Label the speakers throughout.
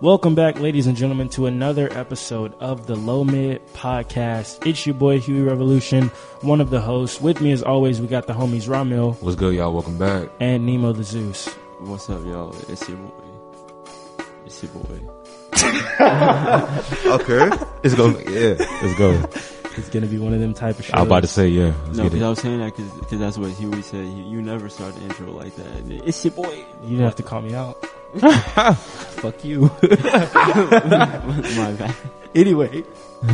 Speaker 1: Welcome back, ladies and gentlemen, to another episode of the Low Mid Podcast. It's your boy Huey Revolution, one of the hosts. With me, as always, we got the homies Ramil
Speaker 2: What's good, y'all? Welcome back.
Speaker 1: and Nemo the Zeus.
Speaker 3: What's up, y'all? It's your boy. It's your boy.
Speaker 2: Okay, it's going. Yeah, let's go.
Speaker 1: It's gonna be one of them type of shows.
Speaker 2: I was about to say, yeah. Let's
Speaker 3: No,
Speaker 2: get
Speaker 3: because I
Speaker 2: it.
Speaker 3: was saying that because that's what Huey said. You, you never start the intro like that. And it- It's your boy.
Speaker 1: you didn't have to call me out.
Speaker 3: Fuck you. My bad.
Speaker 1: Anyway,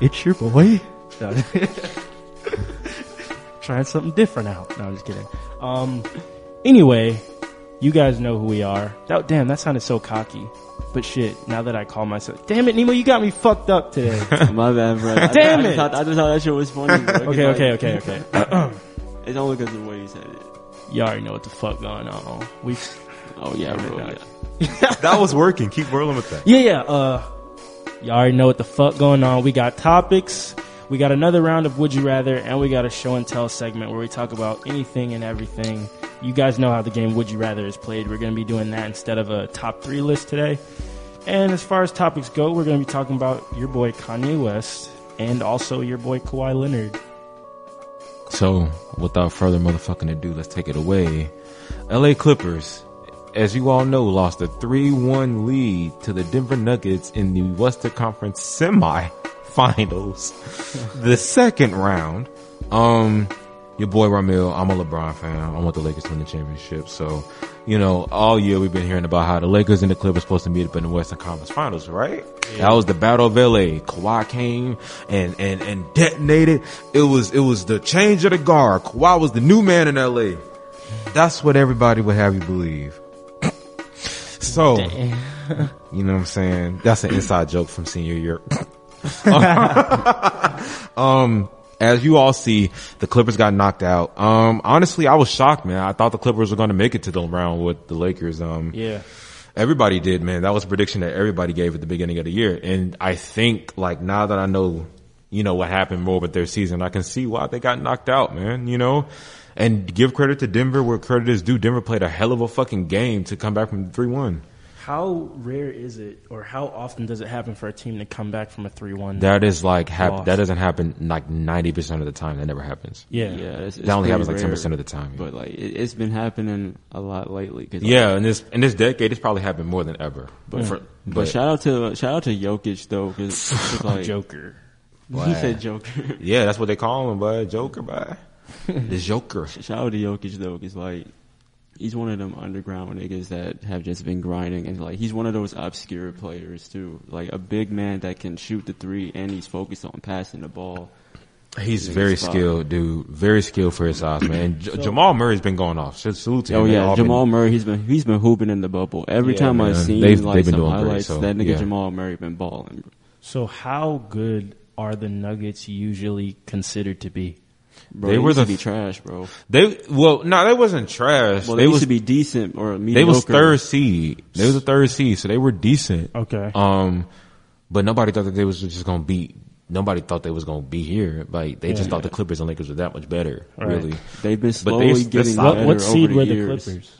Speaker 1: it's your boy. No. Trying something different out. No, I'm just kidding. Um. Anyway, you guys know who we are. That, damn, that sounded so cocky. But shit, now that I call myself, damn it, Nemo, you got me fucked up today.
Speaker 3: My bad, bro. I,
Speaker 1: Damn
Speaker 3: I,
Speaker 1: it.
Speaker 3: Just thought, I just thought that shit was funny. Bro. 'Cause,
Speaker 1: okay,
Speaker 3: like,
Speaker 1: okay, okay, okay.
Speaker 3: It's only because of the way you said it.
Speaker 1: you already know what the fuck going on. We,
Speaker 3: Oh yeah, bro.
Speaker 1: dog.
Speaker 3: Yeah.
Speaker 2: That was working. Keep rolling with that.
Speaker 1: yeah, yeah. Uh, you already know what the fuck going on. We got topics. We got another round of Would You Rather, and we got a show and tell segment where we talk about anything and everything. You guys know how the game Would You Rather is played. We're going to be doing that instead of a top three list today. And as far as topics go, we're going to be talking about your boy Kanye West and also your boy Kawhi Leonard.
Speaker 2: So, without further motherfucking ado, let's take it away. L.A. Clippers, as you all know, lost a three-one lead to the Denver Nuggets in the Western Conference semifinals, the second round. Um, your boy Ramil, I'm a LeBron fan. I want the Lakers to win the championship. So, you know, all year we've been hearing about how the Lakers and the Clippers supposed to meet up in the Western Conference Finals, right? That was the Battle of LA. Kawhi came and and and detonated. It was it was the change of the guard. Kawhi was the new man in LA. That's what everybody would have you believe. so, you know what I'm saying? That's an inside joke from senior year. Um, as you all see, the Clippers got knocked out. Um, honestly, I was shocked, man. I thought the Clippers were going to make it to the round with the Lakers. Um,
Speaker 1: Yeah.
Speaker 2: everybody did, man. That was a prediction that everybody gave at the beginning of the year. And I think, like, now that I know, you know, what happened more with their season, I can see why they got knocked out, man, you know? And give credit to Denver where credit is due. Denver played a hell of a fucking game to come back from 3-1.
Speaker 1: How rare is it, or how often does it happen for a team to come back from a 3 1?
Speaker 2: That is like, hap-
Speaker 1: Lost.
Speaker 2: that doesn't happen like 90% of the time. That never happens.
Speaker 1: yeah.
Speaker 3: Yeah, it's,
Speaker 2: That only happens like
Speaker 3: ten
Speaker 2: 10% of the time.
Speaker 3: But like, it, it's been happening a lot lately. 'cause, like,
Speaker 2: Yeah, in this in this decade, it's probably happened more than ever.
Speaker 1: Mm.
Speaker 2: But for,
Speaker 3: but,
Speaker 2: but
Speaker 3: shout out to shout out to Jokic though, because like
Speaker 1: Joker.
Speaker 3: he said Joker.
Speaker 2: yeah, that's what they call him, but Joker, but the Joker.
Speaker 3: Shout out to Jokic though, because like he's one of them underground niggas that have just been grinding, and like he's one of those obscure players too, like a big man that can shoot the three, and he's focused on passing the ball.
Speaker 2: He's very
Speaker 3: spot.
Speaker 2: skilled, dude. Very skilled for his size, man. And J- Jamal Murray's been going off. So salute to him.
Speaker 3: Oh
Speaker 2: They
Speaker 3: yeah,
Speaker 2: all been-
Speaker 3: Jamal Murray, he's been he's been hooping in the bubble. Every
Speaker 2: Yeah,
Speaker 3: time
Speaker 2: man.
Speaker 3: I've seen
Speaker 2: They've-
Speaker 3: like
Speaker 2: they've been
Speaker 3: some
Speaker 2: doing great,
Speaker 3: highlights,
Speaker 2: so,
Speaker 3: that nigga
Speaker 2: yeah.
Speaker 3: Jamal Murray been balling.
Speaker 1: So how good are the Nuggets usually considered to be?
Speaker 3: Bro,
Speaker 2: They
Speaker 3: they,
Speaker 2: were
Speaker 3: used
Speaker 2: the
Speaker 3: to be
Speaker 2: f-
Speaker 3: trash, bro.
Speaker 2: They well, no, they wasn't trash.
Speaker 3: Well,
Speaker 2: they
Speaker 3: they, used
Speaker 2: was
Speaker 3: to be decent or mediocre.
Speaker 2: they was third seed. They was a third seed, so they were decent.
Speaker 1: Okay.
Speaker 2: Um, but nobody thought that they was just gonna beat. Nobody thought they was gonna be here. Like they just thought the Clippers and Lakers were that much better.
Speaker 1: Right.
Speaker 2: Really,
Speaker 3: They've been
Speaker 2: But they-
Speaker 3: slowly
Speaker 2: they're
Speaker 3: getting
Speaker 2: solid.
Speaker 3: better
Speaker 1: what seed
Speaker 3: over
Speaker 1: were
Speaker 3: the
Speaker 1: the
Speaker 3: years.
Speaker 1: Clippers?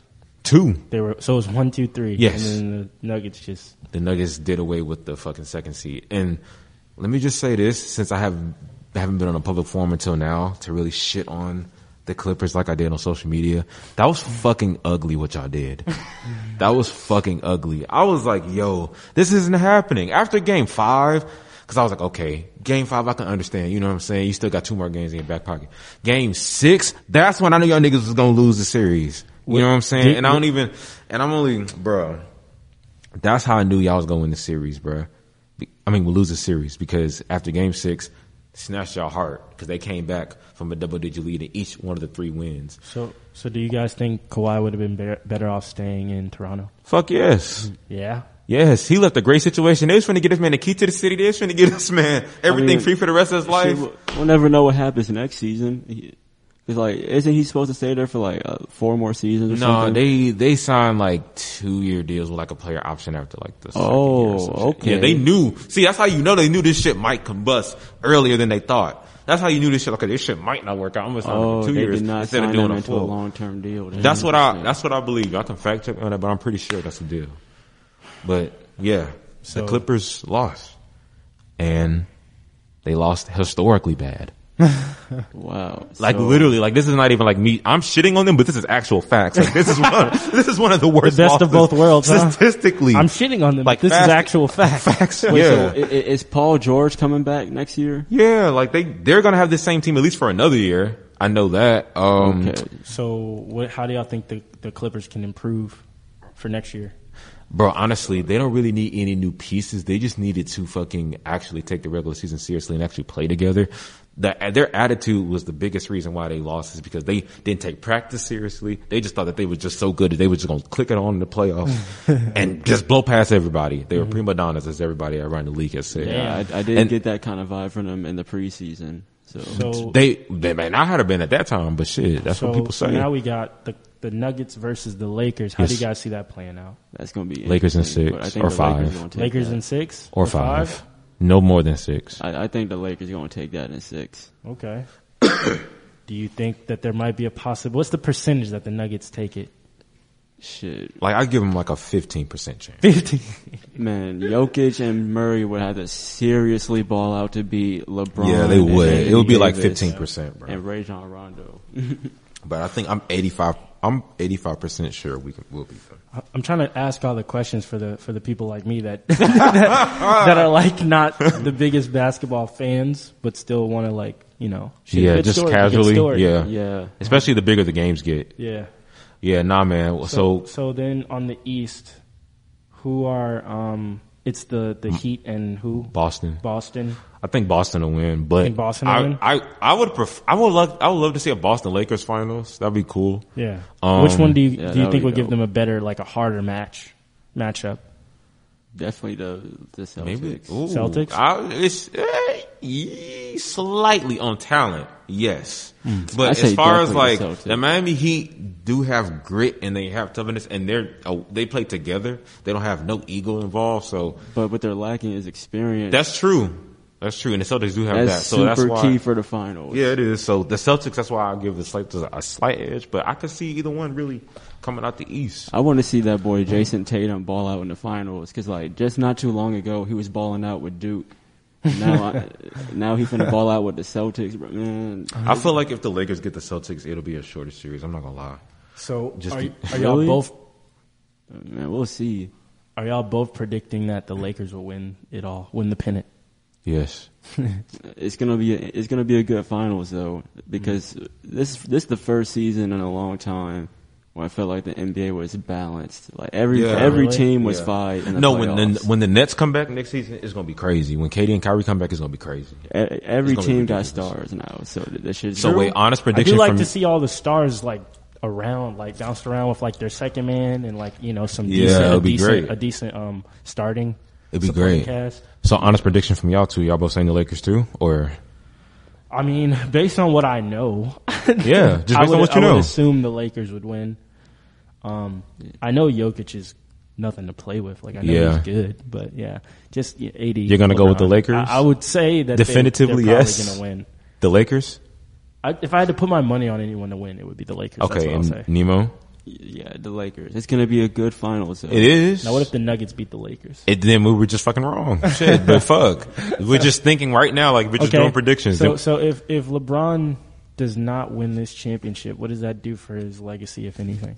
Speaker 2: two.
Speaker 1: They were so it was one, two, three.
Speaker 2: Yes.
Speaker 1: And then the Nuggets just
Speaker 2: the Nuggets did away with the fucking second seed. And let me just say this, since I have haven't been on a public forum until now to really shit on the Clippers like I did on social media, that was fucking ugly what y'all did. that was fucking ugly. I was like, yo, this isn't happening. After game five, Cause I was like, okay, game five, I can understand. You know what I'm saying? You still got two more games in your back pocket. Game six, that's when I knew y'all niggas was gonna lose the series. You know what I'm saying?
Speaker 1: Did-
Speaker 2: And I don't even, and I'm only, bruh, that's how I knew y'all was gonna win the series, bruh. Be- I mean, we lose the series because after game six, snatched y'all heart because they came back from a double digit lead in each one of the three wins.
Speaker 1: So, so do you guys think Kawhi would have been be- better off staying in Toronto?
Speaker 2: Fuck yes.
Speaker 1: Yeah.
Speaker 2: Yes, he left a great situation. They was trying to get this man the key to the city. They was trying to get this man everything
Speaker 3: mean,
Speaker 2: free for the rest of his
Speaker 3: Shit,
Speaker 2: life.
Speaker 3: we'll, we'll never know what happens next season. He- It's like, isn't he supposed to stay there for like uh, four more seasons? Or
Speaker 2: No,
Speaker 3: something?
Speaker 2: they they signed like two year deals with like a player option after like the. second
Speaker 3: Oh,
Speaker 2: year or some shit.
Speaker 3: okay.
Speaker 2: Yeah, they knew. See, that's how you know they knew this shit might combust earlier than they thought. That's how you knew this shit. Like, this shit might not work out. I'm gonna sign him
Speaker 3: Oh,
Speaker 2: for two
Speaker 3: they
Speaker 2: years
Speaker 3: did not
Speaker 2: instead of
Speaker 3: sign
Speaker 2: doing
Speaker 3: him
Speaker 2: a
Speaker 3: into a
Speaker 2: full.
Speaker 3: long term deal.
Speaker 2: That's what I.
Speaker 3: Damn.
Speaker 2: That's what I believe. I can fact check me on that, but I'm pretty sure that's the deal. But yeah,
Speaker 1: So-
Speaker 2: the Clippers lost, and they lost historically bad.
Speaker 3: wow.
Speaker 2: Like
Speaker 3: So-
Speaker 2: literally, like this is not even like me. I'm shitting on them, but this is actual facts. Like this is one. this is one of the worst.
Speaker 1: best of
Speaker 2: losses
Speaker 1: both worlds, huh?
Speaker 2: Statistically,
Speaker 1: I'm shitting on them. Like
Speaker 2: Like
Speaker 1: this
Speaker 2: fast-
Speaker 1: is actual fact.
Speaker 2: facts.
Speaker 3: Wait, so
Speaker 2: yeah,
Speaker 3: i- i- is Paul George coming back next year?
Speaker 2: yeah. Like they they're gonna have this same team at least for another year. I know that. Um,
Speaker 3: Okay.
Speaker 1: So, what? How do y'all think the the Clippers can improve for next year?
Speaker 2: Bro, honestly, they don't really need any new pieces. They just needed to fucking actually take the regular season seriously and actually play together. The, their attitude was the biggest reason why they lost is because they didn't take practice seriously. They just thought that they were just so good that they were just gonna click it on in the playoffs and just blow past everybody. They were prima donnas as everybody around the league has said.
Speaker 3: Yeah, I, I did
Speaker 2: And-
Speaker 3: get that kind of vibe from them in the preseason. So,
Speaker 1: So
Speaker 2: They, they may not have been at that time, but shit, that's
Speaker 1: so
Speaker 2: what people say.
Speaker 1: now we got the the Nuggets versus the Lakers. How do
Speaker 2: Yes.
Speaker 1: you guys see that playing out?
Speaker 3: that's going to be
Speaker 2: Lakers in
Speaker 3: interesting, but
Speaker 2: six
Speaker 3: I think
Speaker 2: or
Speaker 3: the Lakers
Speaker 2: five.
Speaker 3: gonna take
Speaker 1: Lakers
Speaker 3: that.
Speaker 1: in six
Speaker 2: or five. No more than six.
Speaker 3: I, I think the Lakers going to take that in six.
Speaker 1: Okay. do you think that there might be a possible? What's the percentage that the Nuggets take it?
Speaker 3: Shit,
Speaker 2: Like I give them like a 15% chance.
Speaker 1: Fifty.
Speaker 3: man, Jokic and Murray would have to seriously ball out to beat LeBron.
Speaker 2: Yeah, they
Speaker 3: and
Speaker 2: would.
Speaker 3: Anthony
Speaker 2: It would be like
Speaker 3: Davis
Speaker 2: 15%, bro.
Speaker 3: And Rajon Rondo.
Speaker 2: But I think I'm 85. I'm 85 percent sure we can will be.
Speaker 1: I'm trying to ask all the questions for the for the people like me that that, that are like not the biggest basketball fans, but still want to like you know. shoot a
Speaker 2: yeah,
Speaker 1: good
Speaker 2: just
Speaker 1: story, good
Speaker 2: casually.
Speaker 1: story.
Speaker 2: Yeah.
Speaker 3: Yeah.
Speaker 2: Especially the bigger the games get.
Speaker 1: yeah.
Speaker 2: Yeah, nah, man. So,
Speaker 1: So so then on the East, who are um? It's the
Speaker 2: Hmm.
Speaker 1: the Heat and who
Speaker 2: Boston.
Speaker 1: Boston.
Speaker 2: I think Boston will win, but
Speaker 1: Think Boston will
Speaker 2: I,
Speaker 1: win?
Speaker 2: I I would pref- I would love I would love to see a Boston Lakers finals. That'd be cool.
Speaker 1: Yeah.
Speaker 2: Um,
Speaker 1: Which one do you
Speaker 3: yeah,
Speaker 1: do you
Speaker 3: that
Speaker 1: think
Speaker 3: would
Speaker 1: would
Speaker 3: be
Speaker 1: give
Speaker 3: dope.
Speaker 1: them a better like a harder match matchup?
Speaker 3: Definitely the, the Celtics.
Speaker 2: Maybe ooh,
Speaker 1: Celtics?
Speaker 2: I, it's eh, ye- slightly on talent, yes. But
Speaker 3: I'd
Speaker 2: as
Speaker 3: Hmm. say
Speaker 2: far as
Speaker 3: definitely
Speaker 2: like
Speaker 3: the Celtics.
Speaker 2: the Miami Heat do have grit and they have toughness and they're uh, they play together. They don't have no ego involved, so
Speaker 3: But what they're lacking is experience.
Speaker 2: That's true. That's true. And the Celtics do have
Speaker 3: That's
Speaker 2: that. So
Speaker 3: super
Speaker 2: that's why.
Speaker 3: key for the finals.
Speaker 2: yeah, it is. So the Celtics, that's why I give the Celtics a slight edge, but I could see either one really coming out the East.
Speaker 3: I want to see that boy Jason Tatum ball out in the finals because like just not too long ago he was balling out with Duke. Now, I, now he finna ball out with the Celtics, bro. Man,
Speaker 2: I feel like if the Lakers get the Celtics, it'll be a shorter series. I'm not gonna lie.
Speaker 1: So
Speaker 2: Just
Speaker 1: are,
Speaker 2: be-
Speaker 1: are y'all
Speaker 3: Really? Uh,
Speaker 1: both
Speaker 3: man, we'll see.
Speaker 1: are y'all both predicting that the Lakers will win it all, win the pennant?
Speaker 2: Yes.
Speaker 3: It's gonna be a, it's gonna be a good finals though because this this is the first season in a long time where I felt like the NBA was balanced. Like every
Speaker 2: Yeah.
Speaker 3: every
Speaker 1: Really?
Speaker 3: team was
Speaker 2: Yeah.
Speaker 3: five. In the
Speaker 2: No, when the
Speaker 3: playoffs.
Speaker 2: when the Nets come back next season, it's gonna be crazy. When Katie and Kyrie come back, it's gonna be crazy.
Speaker 3: E- every
Speaker 2: It's gonna be
Speaker 3: team got
Speaker 2: ridiculous.
Speaker 3: stars now, so th- this shit.
Speaker 2: So wait, honest
Speaker 1: I
Speaker 2: prediction
Speaker 1: do like
Speaker 2: from
Speaker 1: to see all the stars like around, like bounced around with like their second man and like you know some
Speaker 2: Yeah,
Speaker 1: decent,
Speaker 2: it'll
Speaker 1: a
Speaker 2: be
Speaker 1: decent,
Speaker 2: great.
Speaker 1: a decent um starting.
Speaker 2: It'd be
Speaker 1: supporting
Speaker 2: great.
Speaker 1: Cast.
Speaker 2: So honest prediction from y'all two. Y'all both saying the Lakers too, or
Speaker 1: I mean, based on what I know,
Speaker 2: yeah, just based
Speaker 1: I would,
Speaker 2: on what you
Speaker 1: I would
Speaker 2: know.
Speaker 1: assume the Lakers would win. Um, I know Jokic is nothing to play with. Like I know
Speaker 2: Yeah.
Speaker 1: he's good, but yeah, just yeah, eighty.
Speaker 2: You're gonna go with the Lakers?
Speaker 1: I, I would say that
Speaker 2: Definitively,
Speaker 1: they, are
Speaker 2: yes.
Speaker 1: Going to win.
Speaker 2: The Lakers.
Speaker 1: I, if I had to put my money on anyone to win, it would be the Lakers. That's
Speaker 2: Okay,
Speaker 1: what I'll say.
Speaker 2: and Nemo.
Speaker 3: yeah, the Lakers. It's gonna be a good finals. Though.
Speaker 2: It is.
Speaker 1: Now, what if the Nuggets beat the Lakers?
Speaker 2: It, then we were just fucking wrong. Shit, but fuck. We're just thinking right now, like we're just doing predictions.
Speaker 1: So,
Speaker 2: Then-
Speaker 1: so if if LeBron does not win this championship, what does that do for his legacy, if anything?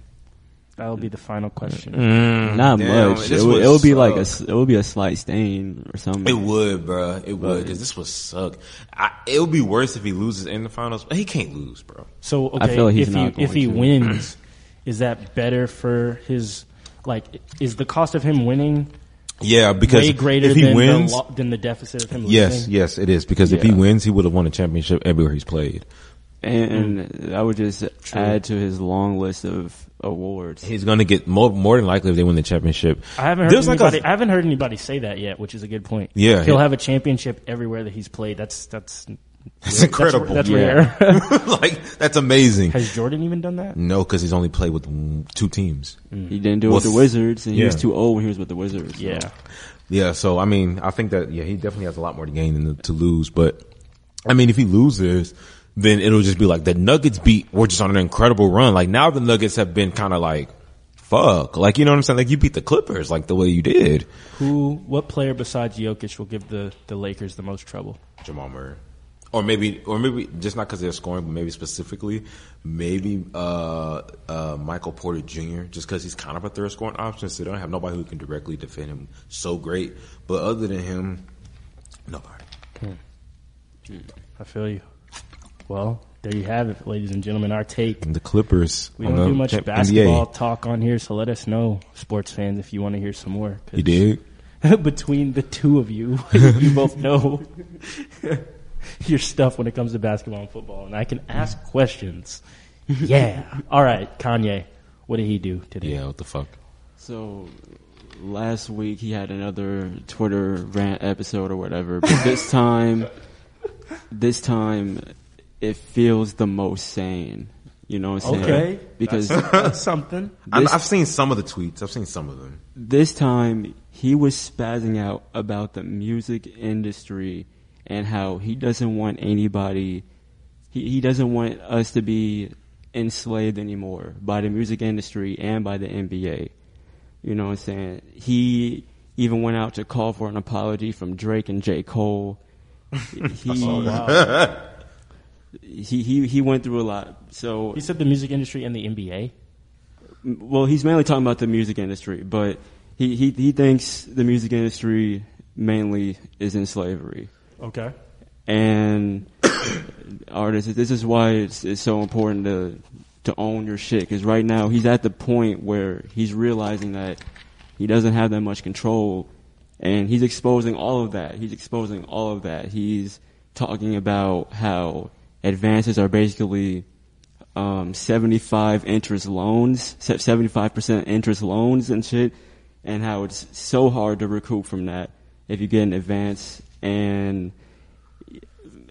Speaker 1: That'll be the final question.
Speaker 3: Not
Speaker 2: Damn,
Speaker 3: much.
Speaker 2: this
Speaker 3: It would,
Speaker 2: would
Speaker 3: it would be like a
Speaker 2: suck.
Speaker 3: s- it would be a slight stain or something.
Speaker 2: It would, bro. It would because this would suck. I, it would be worse if he loses in the finals. He can't lose, bro.
Speaker 1: So okay,
Speaker 3: I feel like he's
Speaker 1: if
Speaker 3: not
Speaker 1: he if
Speaker 3: going
Speaker 1: he
Speaker 3: to.
Speaker 1: wins, is that better for his like? Is the cost of him winning
Speaker 2: Yeah, because
Speaker 1: way greater
Speaker 2: if he
Speaker 1: than
Speaker 2: wins,
Speaker 1: the lo- than the deficit of him losing?
Speaker 2: yes, yes, it is because if he
Speaker 3: Yeah.
Speaker 2: wins, he would have won a championship everywhere he's played.
Speaker 3: and,
Speaker 2: Mm.
Speaker 3: and I would just add to his long list of awards.
Speaker 2: He's gonna get more more than likely if they win the championship.
Speaker 1: I haven't heard
Speaker 2: There's like a-
Speaker 1: anybody. I I haven't heard anybody say that yet, which is a good point.
Speaker 2: Yeah,
Speaker 1: he'll
Speaker 2: yeah.
Speaker 1: have a championship everywhere that he's played. That's that's
Speaker 2: It's incredible.
Speaker 1: That's, that's
Speaker 3: Yeah.
Speaker 1: rare.
Speaker 2: like that's amazing.
Speaker 1: Has Jordan even done that?
Speaker 2: No, because he's only played with mm, two teams.
Speaker 3: He didn't do it
Speaker 2: Well,
Speaker 3: with the Wizards, and he was
Speaker 2: yeah.
Speaker 3: too old when he was with the Wizards. so.
Speaker 1: Yeah,
Speaker 2: Yeah, so I mean, I think that yeah, he definitely has a lot more to gain than to lose. But I mean, if he loses, then it'll just be like the Nuggets beat. We're just on an incredible run. Like now, the Nuggets have been kind of like fuck. Like you know what I'm saying? Like you beat the Clippers like the way you did.
Speaker 1: who? What player besides Jokic will give the the Lakers the most trouble?
Speaker 2: Jamal Murray. Or maybe, or maybe just not because they're scoring, but maybe specifically, maybe uh, uh, Michael Porter Jr. Just because he's kind of a third scoring option, so they don't have nobody who can directly defend him so great. But other than him, nobody.
Speaker 1: I feel you. Well, there you have it, ladies and gentlemen. Our take.
Speaker 2: The Clippers.
Speaker 1: We
Speaker 2: on
Speaker 1: don't
Speaker 2: the
Speaker 1: do much
Speaker 2: champ-
Speaker 1: basketball
Speaker 2: NBA.
Speaker 1: talk on here, so let us know, sports fans, if you want to hear some more. 'cause
Speaker 2: You did.
Speaker 1: between the two of you, you both know your stuff when it comes to basketball and football, and I can ask questions. Yeah. All right, Kanye. What did he do today?
Speaker 2: Yeah. What the fuck?
Speaker 3: So last week he had another Twitter rant episode or whatever, but this time, this time it feels the most sane. You know what I'm saying?
Speaker 1: Okay.
Speaker 3: Because
Speaker 1: That's something.
Speaker 2: I'm,
Speaker 3: This-
Speaker 2: I've seen some of the tweets. I've seen some of them.
Speaker 3: this time he was spazzing out about the music industry and how he doesn't want anybody he, he doesn't want us to be enslaved anymore by the music industry and by the NBA. You know what I'm saying? He even went out to call for an apology from Drake and J. Cole. He, he he he went through a lot. So
Speaker 1: He said the music industry and the NBA.
Speaker 3: well, he's mainly talking about the music industry, but he, he, he thinks the music industry mainly is in slavery.
Speaker 1: Okay.
Speaker 3: And artists, this is why it's, it's so important to, to own your shit. Cause right now he's at the point where he's realizing that he doesn't have that much control and he's exposing all of that. He's exposing all of that. He's talking about how advances are basically um, 75 interest loans, se- 75% interest loans and shit, and how it's so hard to recoup from that if you get an advance. And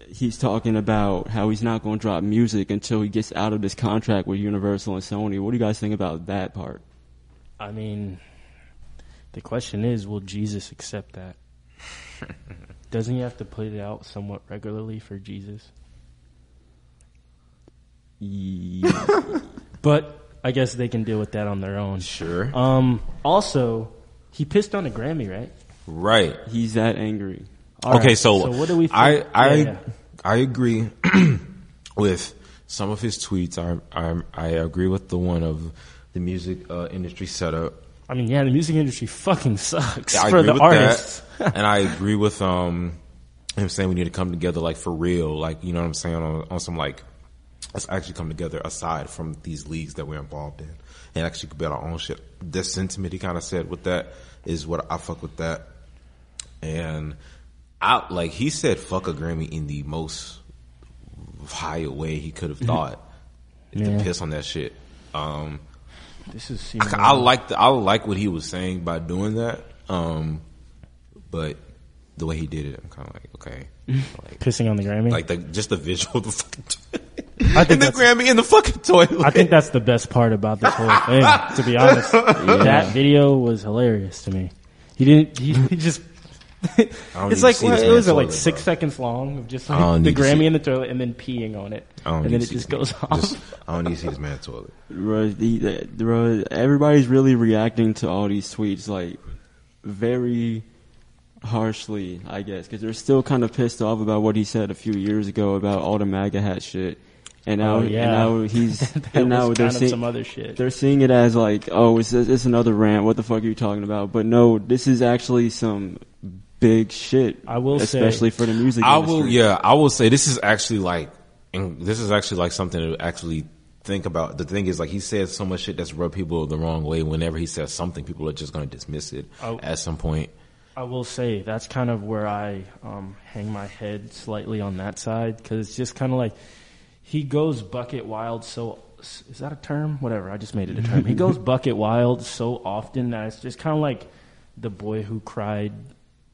Speaker 3: he's talking about how he's not going to drop music until he gets out of this contract with Universal and Sony. What do you guys think about that part?
Speaker 1: I mean, the question is, will Jesus accept that? Doesn't he have to put it out somewhat regularly for Jesus? But I guess they can deal with that on their own.
Speaker 2: Sure.
Speaker 1: Um, also, he pissed on a Grammy, right?
Speaker 2: right.
Speaker 3: He's that angry.
Speaker 1: All
Speaker 2: okay,
Speaker 1: right,
Speaker 2: so,
Speaker 1: so what do we think?
Speaker 2: I I
Speaker 1: Yeah, yeah.
Speaker 2: I agree with some of his tweets. I I I agree with the one of the music uh, industry setup.
Speaker 1: I mean, yeah, the music industry fucking sucks
Speaker 2: I
Speaker 1: for
Speaker 2: agree
Speaker 1: the
Speaker 2: with
Speaker 1: artists.
Speaker 2: that, and I agree with um him saying we need to come together like for real, like you know what I'm saying on, on some like let's actually come together aside from these leagues that we're involved in and actually build our own shit. The sentiment he kind of said with that is what I fuck with that, and I like he said fuck a Grammy in the most high way he could have thought.
Speaker 1: Mm-hmm. Yeah.
Speaker 2: To piss on that shit. Um,
Speaker 1: This is
Speaker 2: I, I like the, I like what he was saying by doing that. Um, but the way he did it, I'm kind of like, okay, like,
Speaker 1: pissing on the Grammy.
Speaker 2: like the just the visual of the fucking toilet.
Speaker 1: I think
Speaker 2: and the
Speaker 1: that's-
Speaker 2: Grammy in the fucking toilet.
Speaker 1: I think that's the best part about this whole thing. To be honest, that video was hilarious to me. He didn't. He, he just.
Speaker 2: don't need
Speaker 1: it's
Speaker 2: to
Speaker 1: like
Speaker 2: see
Speaker 1: what-
Speaker 2: this
Speaker 1: it
Speaker 2: man's
Speaker 1: was uh, like
Speaker 2: toilet,
Speaker 1: six
Speaker 2: bro.
Speaker 1: seconds long of just
Speaker 2: don't
Speaker 1: like the
Speaker 2: need to see
Speaker 1: Grammy
Speaker 2: it.
Speaker 1: in the toilet and then peeing on it,
Speaker 2: I don't
Speaker 1: and
Speaker 2: need
Speaker 1: then
Speaker 2: to
Speaker 1: it
Speaker 2: see
Speaker 1: just
Speaker 2: this
Speaker 1: goes
Speaker 2: man.
Speaker 1: off.
Speaker 2: Just- I don't need to see this man toilet.
Speaker 3: Bruh, the, the, bruh, everybody's really reacting to all these tweets like very harshly, I guess, because they're still kind of pissed off about what he said a few years ago about all the MAGA hat shit. And now,
Speaker 1: Oh,
Speaker 3: and
Speaker 1: yeah.
Speaker 3: now he's
Speaker 1: That
Speaker 3: and now
Speaker 1: was
Speaker 3: they're
Speaker 1: kind of
Speaker 3: seeing
Speaker 1: some other shit.
Speaker 3: they're seeing it as like, oh, it's it's another rant. What the fuck are you talking about? But no, this is actually some big shit.
Speaker 1: I will say-
Speaker 3: especially for the music.
Speaker 2: I will,
Speaker 3: industry.
Speaker 2: yeah, I will say this is actually like, and this is actually like something to actually think about. The thing is, like, he says so much shit that's rubbed people the wrong way. Whenever he says something, people are just going to dismiss it
Speaker 1: Oh.
Speaker 2: at some point.
Speaker 1: I will say that's kind of where I um, hang my head slightly on that side because it's just kind of like he goes bucket wild. So is that a term? Whatever. I just made it a term. he goes bucket wild so often that it's just kind of like the boy who cried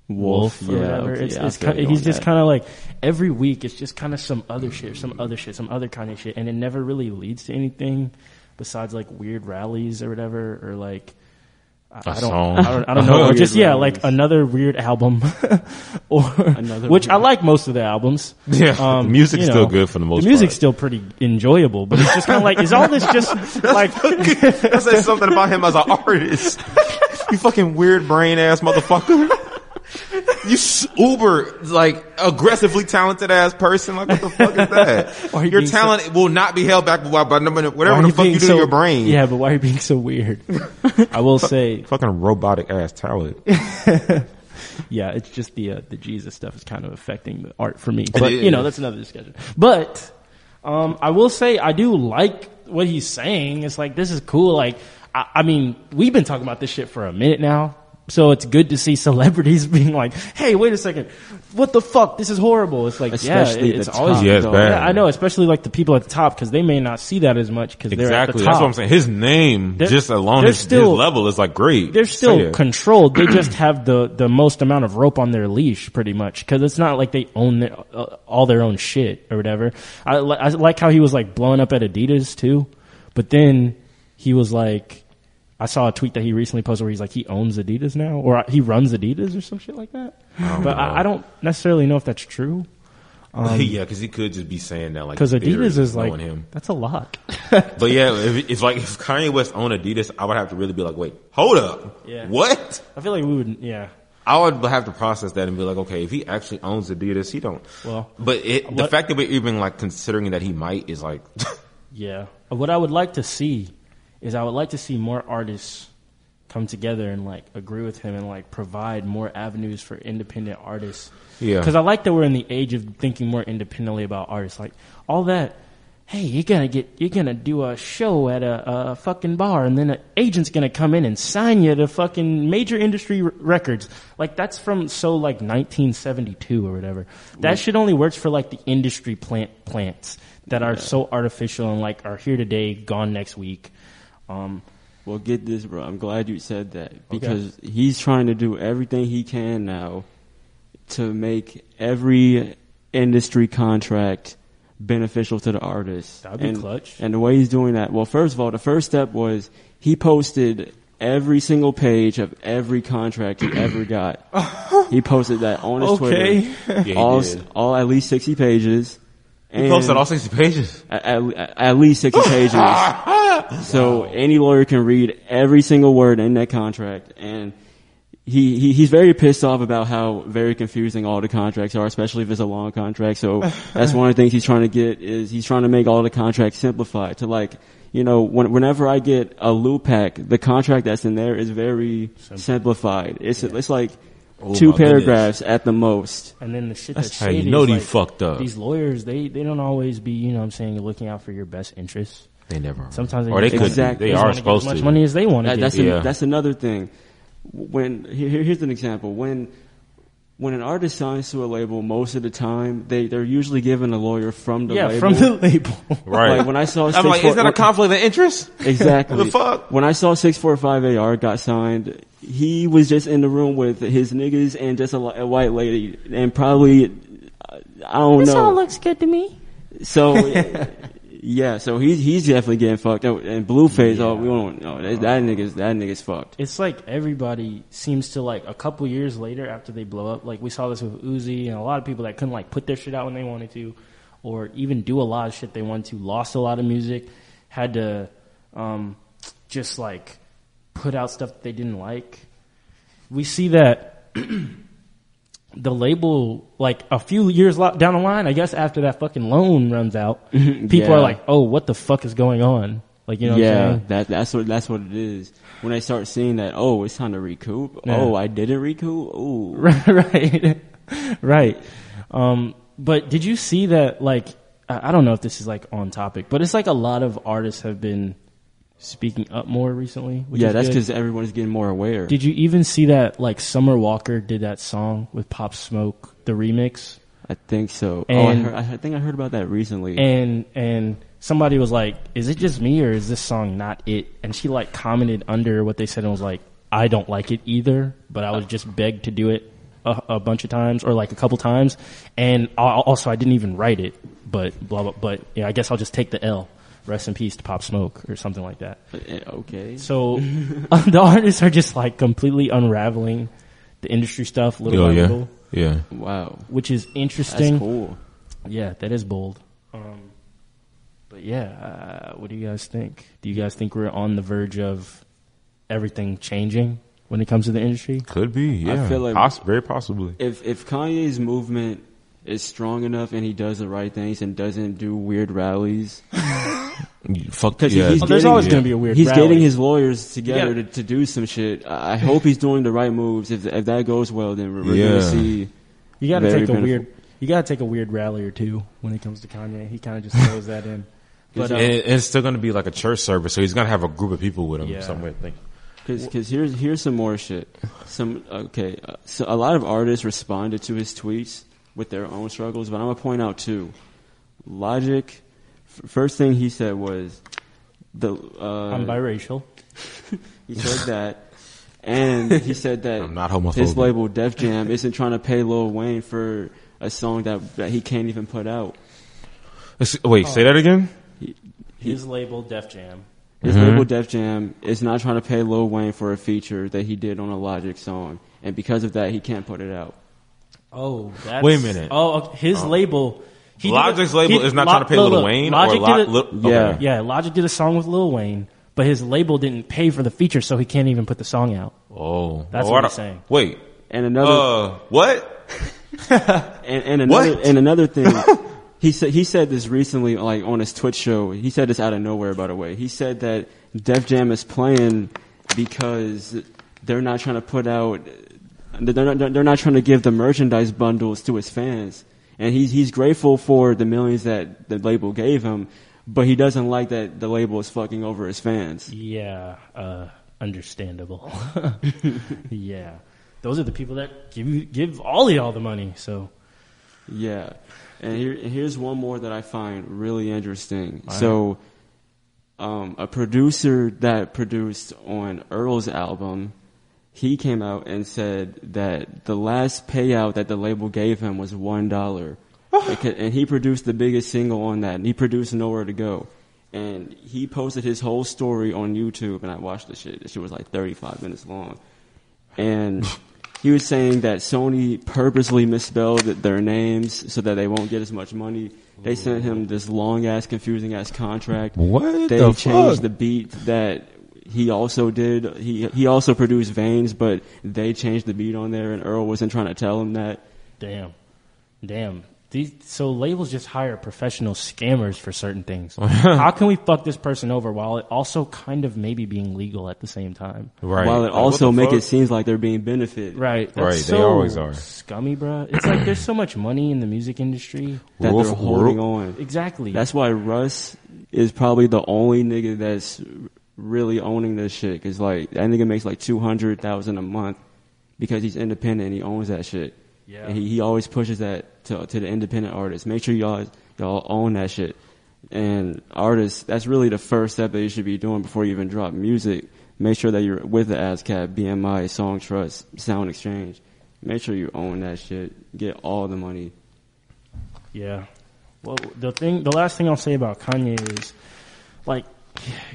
Speaker 1: wolf, or
Speaker 3: Yeah,
Speaker 1: whatever.
Speaker 3: okay,
Speaker 1: it's
Speaker 3: yeah, I
Speaker 1: it's
Speaker 3: feel
Speaker 1: kind
Speaker 3: you
Speaker 1: of,
Speaker 3: on
Speaker 1: he's just
Speaker 3: that.
Speaker 1: kind of like every week it's just kind of some other shit, some other shit, some other kind of shit, and it never really leads to anything besides like weird rallies or whatever or like. I
Speaker 2: A
Speaker 1: I don't,
Speaker 2: song.
Speaker 1: I don't, I don't know. Or
Speaker 3: Weird
Speaker 1: just yeah,
Speaker 3: rallies.
Speaker 1: like another weird album, or
Speaker 3: Another
Speaker 1: which I
Speaker 3: weird-
Speaker 1: like most of the albums. Um,
Speaker 2: Yeah, the music's still good for the most
Speaker 1: The music's
Speaker 2: part.
Speaker 1: still pretty enjoyable, but it's just kind of like, is all this just like?
Speaker 2: I said something about him as an artist. you fucking weird brain ass motherfucker. You s- uber like aggressively talented ass person. Like what the fuck is that?
Speaker 1: Why are you
Speaker 2: your
Speaker 1: being so-
Speaker 2: talent will not be held back by, by no matter- whatever
Speaker 1: why are
Speaker 2: the fuck
Speaker 1: being
Speaker 2: you do
Speaker 1: so-
Speaker 2: to your brain.
Speaker 1: Yeah, but why are you being so weird? I will say,
Speaker 2: Fucking robotic ass talent.
Speaker 1: yeah, it's just the uh, the Jesus stuff is kind of affecting the art for me.
Speaker 2: It
Speaker 1: But you know,
Speaker 2: is.
Speaker 1: that's another discussion. But um, I will say I do like what he's saying. It's like this is cool. Like I, I mean, we've been talking about this shit for a minute now. So it's good to see celebrities being like, "Hey, wait a second, what the fuck? This is horrible." It's like,
Speaker 3: Especially
Speaker 1: yeah, it-
Speaker 3: the
Speaker 1: it's always
Speaker 3: top,
Speaker 2: Yeah, it's
Speaker 3: though.
Speaker 2: bad.
Speaker 1: Yeah, I know, especially like the people at the top because they may not see that as much because they're at the
Speaker 2: Exactly.
Speaker 1: top.
Speaker 2: That's what I'm saying. His name,
Speaker 1: They're-
Speaker 2: just alone,
Speaker 1: they're
Speaker 2: his,
Speaker 1: still-
Speaker 2: his level is like great.
Speaker 1: they're
Speaker 2: Say
Speaker 1: still
Speaker 2: that.
Speaker 1: controlled. They just have the the most amount of rope on their leash, pretty much, because it's not like they own their, uh, all their own shit or whatever. I, li- I like how he was like blowing up at Adidas too, but then he was like, I saw a tweet that he recently posted where he's like he owns Adidas now, or uh, he runs Adidas or some shit like that. but I, I don't necessarily know if that's true
Speaker 2: yeah, because he could just be saying that like
Speaker 1: because
Speaker 2: in theory,
Speaker 1: Um, Adidas is
Speaker 2: knowing
Speaker 1: like
Speaker 2: him.
Speaker 1: that's a lot.
Speaker 2: But yeah, if, if like if Kanye West owned Adidas, I would have to really be like, wait, hold up,
Speaker 1: Yeah.
Speaker 2: what?
Speaker 1: I feel like we would, yeah.
Speaker 2: I would have to process that and be like, okay, if he actually owns Adidas, he don't.
Speaker 1: Well,
Speaker 2: but it, the
Speaker 1: what-
Speaker 2: fact that we're even like considering that he might is like,
Speaker 1: Yeah. What I would like to see is I would like to see more artists come together and like agree with him and like provide more avenues for independent artists.
Speaker 2: Yeah.
Speaker 1: Because I like that we're in the age of thinking more independently about artists. Like all that. Hey, you're gonna get, you're gonna do a show at a, a fucking bar and then an agent's gonna come in and sign you to fucking major industry r- records. Like that's from so like 1972 or whatever. That shit only works for like the industry plant plants that are so artificial and like are here today, gone next week. Um,
Speaker 3: Well, get this, bro. I'm glad you said that because he's trying to do everything he can now to make every industry contract beneficial to the artist.
Speaker 1: That'd be
Speaker 3: and,
Speaker 1: clutch.
Speaker 3: And the way he's doing that, well, first of all, the first step was he posted every single page of every contract he ever got. he posted that on his
Speaker 1: Okay.
Speaker 3: Twitter.
Speaker 2: he
Speaker 3: all,
Speaker 2: did.
Speaker 3: all at least 60 pages. And
Speaker 2: he posted all sixty pages.
Speaker 3: at, at, at least 60 pages. so any lawyer can read every single word in that contract. And he, he he's very pissed off about how very confusing all the contracts are, especially if it's a long contract. So that's one of the things he's trying to get is he's trying to make all the contracts simplified to like, you know, when, whenever I get a Lupac, the contract that's in there is very simplified. It's it's like
Speaker 2: Oh
Speaker 3: two
Speaker 2: my goodness.
Speaker 3: paragraphs at the most.
Speaker 1: and then the shit
Speaker 2: That's
Speaker 1: that's
Speaker 2: how you
Speaker 1: shitty
Speaker 2: know
Speaker 1: is,
Speaker 2: they
Speaker 1: like,
Speaker 2: fucked up.
Speaker 1: These lawyers, they, they don't always be, you know what I'm saying, looking out for your best interests.
Speaker 2: They never are.
Speaker 1: Sometimes they
Speaker 2: or they
Speaker 1: just
Speaker 2: could.
Speaker 1: wanna-
Speaker 3: Exactly.
Speaker 2: They
Speaker 1: just
Speaker 2: are
Speaker 1: wanna get
Speaker 2: supposed
Speaker 1: as much
Speaker 2: to.
Speaker 1: money as they want to
Speaker 3: That-
Speaker 1: get.
Speaker 3: that's
Speaker 2: Yeah.
Speaker 3: an, that's another thing. When here, here- here's an example. When when an artist signs to a label, most of the time they they're usually given a lawyer from the
Speaker 1: yeah,
Speaker 3: label.
Speaker 1: from the label.
Speaker 2: right?
Speaker 3: Like when I saw,
Speaker 2: I'm like,
Speaker 3: 645
Speaker 2: is that a conflict of interest?
Speaker 3: Exactly.
Speaker 2: The fuck?
Speaker 3: When I saw six four five AR got signed, he was just in the room with his niggas and just a, li- a white lady, and probably uh, I don't know.
Speaker 1: looks good to me.
Speaker 3: So yeah, so he's he's definitely getting fucked. Oh, And Blueface, oh, we don't know that, that nigga's that nigga's fucked.
Speaker 1: It's like everybody seems to like a couple years later after they blow up. Like we saw this with Uzi and a lot of people that couldn't like put their shit out when they wanted to, or even do a lot of shit they wanted to. Lost a lot of music, had to um, just like put out stuff that they didn't like. We see that the label, like a few years lo- down the line, I guess after that fucking loan runs out, people are
Speaker 3: Yeah.
Speaker 1: like, "Oh, what the fuck is going on?" Like, you know, what I'm
Speaker 3: yeah,
Speaker 1: saying?
Speaker 3: that that's what that's what it is. When I start seeing that, oh, it's time to recoup.
Speaker 1: Yeah.
Speaker 3: Oh, I didn't recoup. Oh,
Speaker 1: right, right. Um, but did you see that? Like, I I don't know if this is like on topic, but it's like a lot of artists have been speaking up more recently. Which
Speaker 3: yeah,
Speaker 1: is
Speaker 3: that's
Speaker 1: good.
Speaker 3: because everyone's getting more aware.
Speaker 1: Did you even see that? Like, Summer Walker did that song with Pop Smoke, the remix,
Speaker 3: I think so.
Speaker 1: And-
Speaker 3: oh, I, heard, I think I heard about that recently.
Speaker 1: and and somebody was like, "Is it just me or is this song not it?" And she like commented under what they said and was like, "I don't like it either, but I was just begged to do it a, a bunch of times or like a couple times, and I, also I didn't even write it, but blah blah. But yeah, I guess I'll just take the L. Rest in peace to Pop Smoke or something like that."
Speaker 3: Eh, okay.
Speaker 1: So um, the artists are just like completely unraveling the industry stuff little
Speaker 2: Oh
Speaker 1: by
Speaker 2: yeah,
Speaker 1: little,
Speaker 2: yeah.
Speaker 3: Wow,
Speaker 1: which is
Speaker 3: that's
Speaker 1: interesting.
Speaker 3: cool.
Speaker 1: Yeah, that is bold. Um, but yeah, uh, what do you guys think? Do you guys think we're on the verge of everything changing when it comes to the industry?
Speaker 2: Could be. Yeah,
Speaker 3: feel like-
Speaker 2: Poss- very possibly.
Speaker 3: If if Kanye's movement is strong enough and he does the right things and doesn't do weird rallies,
Speaker 2: Fuck
Speaker 3: because
Speaker 2: yeah.
Speaker 3: he's
Speaker 1: Oh, there's
Speaker 3: getting-
Speaker 1: always
Speaker 2: yeah.
Speaker 1: going to be a weird.
Speaker 3: he's
Speaker 1: rally.
Speaker 3: getting his lawyers together
Speaker 1: Yeah.
Speaker 3: to, to do some shit. I I hope he's doing the right moves. If if that goes well, then we're, we're gonna
Speaker 2: Yeah.
Speaker 3: see.
Speaker 1: You got to
Speaker 3: very
Speaker 1: take a
Speaker 3: pitiful.
Speaker 1: weird. You got to take a weird rally or two when it comes to Kanye. He kind of just throws that in. But
Speaker 2: and,
Speaker 1: uh,
Speaker 2: and it's still going to be like a church service, so he's going to have a group of people with him.
Speaker 1: Yeah.
Speaker 2: Somewhere, I think.
Speaker 3: Cause, 'cause here's here's some more shit. Some okay. Uh, so a lot of artists responded to his tweets with their own struggles, but I'm gonna point out two. Logic. F- first thing he said was the. Uh,
Speaker 1: I'm biracial.
Speaker 3: He said that, and he said that
Speaker 2: I'm not homophobic.
Speaker 3: His label Def Jam isn't trying to pay Lil Wayne for a song that that he can't even put out.
Speaker 2: Let's- Wait,
Speaker 1: Oh.
Speaker 2: say that again.
Speaker 1: His label, Def Jam.
Speaker 3: His
Speaker 2: Mm-hmm.
Speaker 3: label Def Jam is not trying to pay Lil Wayne for a feature that he did on a Logic song, and because of that, he can't put it out.
Speaker 1: Oh, that's,
Speaker 2: Wait a minute.
Speaker 1: Oh, okay, his label. he did a-
Speaker 2: Logic's label
Speaker 1: he-
Speaker 2: is not
Speaker 1: Lo-
Speaker 2: trying to pay
Speaker 1: look,
Speaker 2: Lil
Speaker 1: look,
Speaker 2: Wayne
Speaker 1: Logic
Speaker 2: or Lo-
Speaker 1: did a-
Speaker 2: Lil-
Speaker 3: Yeah.
Speaker 2: okay.
Speaker 1: Yeah, Logic did a song with Lil Wayne, but his label didn't pay for the feature, so he can't even put the song out.
Speaker 2: Oh,
Speaker 1: That's
Speaker 2: Oh,
Speaker 1: what
Speaker 2: I
Speaker 1: he's
Speaker 2: don't-
Speaker 1: saying.
Speaker 2: Wait,
Speaker 3: And another
Speaker 2: uh, what?
Speaker 3: And, and another
Speaker 2: What?
Speaker 3: and another thing, he said he said this recently, like on his Twitch show. He said this out of nowhere, by the way. He said that Def Jam is playing because they're not trying to put out, they're not they're not trying to give the merchandise bundles to his fans. And he's he's grateful for the millions that the label gave him, but he doesn't like that the label is fucking over his fans.
Speaker 1: Yeah, uh, understandable. yeah, those are the people that give you give all of y'all the money. So
Speaker 3: Yeah. And here, here's one more that I find really interesting. So, um, a producer that produced on Earl's album, he came out and said that the last payout that the label gave him was one dollar, and he produced the biggest single on that. And he produced Nowhere to Go, and he posted his whole story on YouTube. And I watched the shit. The shit was like 35 minutes long, and he was saying that Sony purposely misspelled their names so that they won't get as much money. They sent him this long ass, confusing ass contract.
Speaker 2: What
Speaker 3: They
Speaker 2: the
Speaker 3: changed
Speaker 2: fuck?
Speaker 3: the beat that he also did. He he also produced Veins, but they changed the beat on there, and Earl wasn't trying to tell him that.
Speaker 1: damn, damn. These, so labels just hire professional scammers for certain things. How can we fuck this person over while it also kind of maybe being legal at the same time?
Speaker 2: Right.
Speaker 3: While it
Speaker 2: Like, what the
Speaker 3: also make
Speaker 2: fuck?
Speaker 3: it seems like they're being benefited.
Speaker 1: Right, that's
Speaker 2: Right, they
Speaker 1: So
Speaker 2: always are.
Speaker 1: scummy, bro. It's like there's so much money in the music industry.
Speaker 3: That
Speaker 2: Rule
Speaker 3: they're
Speaker 2: for-
Speaker 3: holding
Speaker 2: rule-
Speaker 3: on.
Speaker 1: Exactly.
Speaker 3: That's why Russ is probably the only nigga that's really owning this shit. Cause like that nigga makes like two hundred thousand a month because he's independent and he owns that shit.
Speaker 1: Yeah.
Speaker 3: And he, he always pushes that to to the independent artists. Make sure y'all y'all own that shit. And artists, that's really the first step that you should be doing before you even drop music. Make sure that you're with the ASCAP, BMI, Song Trust, Sound Exchange. Make sure you own that shit. Get all the money.
Speaker 1: Yeah. Well, the thing, the last thing I'll say about Kanye is, like,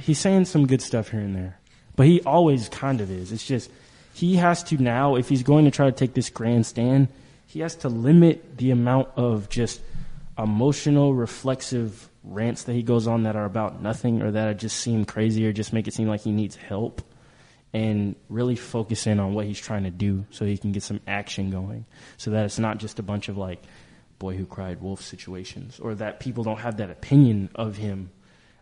Speaker 1: he's saying some good stuff here and there, but he always kind of is. It's just he has to now, if he's going to try to take this grandstand, he has to limit the amount of just emotional, reflexive rants that he goes on that are about nothing or that just seem crazy or just make it seem like he needs help and really focus in on what he's trying to do so he can get some action going so that it's not just a bunch of like boy who cried wolf situations or that people don't have that opinion of him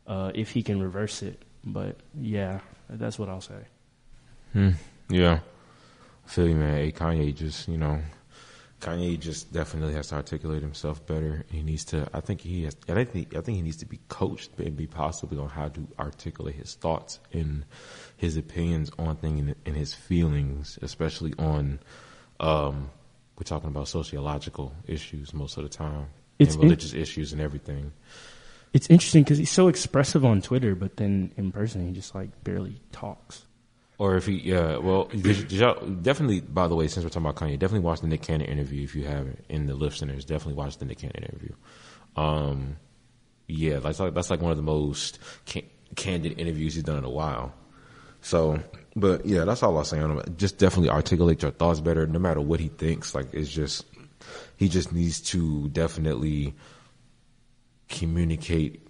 Speaker 1: uh, if he can reverse it. But yeah, that's what I'll say.
Speaker 2: Yeah. I feel you, man. Hey, Kanye just, you know, Kanye just definitely has to articulate himself better. He needs to, I think he has, I think, I think he needs to be coached and be possibly on how to articulate his thoughts and his opinions on things and his feelings, especially on, um, we're talking about sociological issues most of the time
Speaker 1: It's in-
Speaker 2: and religious issues and everything.
Speaker 1: It's interesting because he's so expressive on Twitter, but then in person he just like barely talks.
Speaker 2: Or if he, yeah, well, did, did y'all, definitely, by the way, since we're talking about Kanye, definitely watch the Nick Cannon interview if you haven't. In the listeners, definitely watch the Nick Cannon interview. Um, yeah, that's like, that's like one of the most can- candid interviews he's done in a while. So, but yeah, that's all I'll say on him. Just definitely articulate your thoughts better, no matter what he thinks. Like, it's just, he just needs to definitely communicate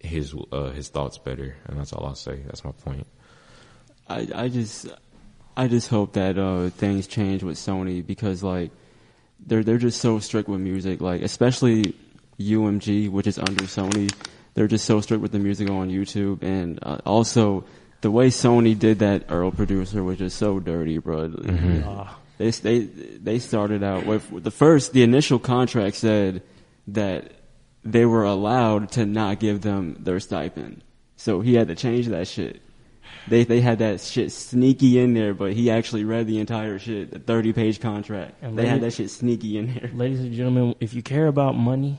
Speaker 2: his, uh, his thoughts better. And that's all I'll say. That's my point.
Speaker 3: I, I just I just hope that uh, things change with Sony because like they're they're just so strict with music, like especially UMG, which is under Sony. They're just so strict with the music on YouTube, and uh, also the way Sony did that Earl producer was just so dirty, bro. They they they started out with the first the initial contract said that they were allowed to not give them their stipend, so he had to change that shit. They they had that shit sneaky in there, but he actually read the entire shit, the thirty page contract.
Speaker 1: And
Speaker 3: they
Speaker 1: let
Speaker 3: had
Speaker 1: it-
Speaker 3: that shit sneaky in there.
Speaker 1: Ladies and gentlemen, if you care about money,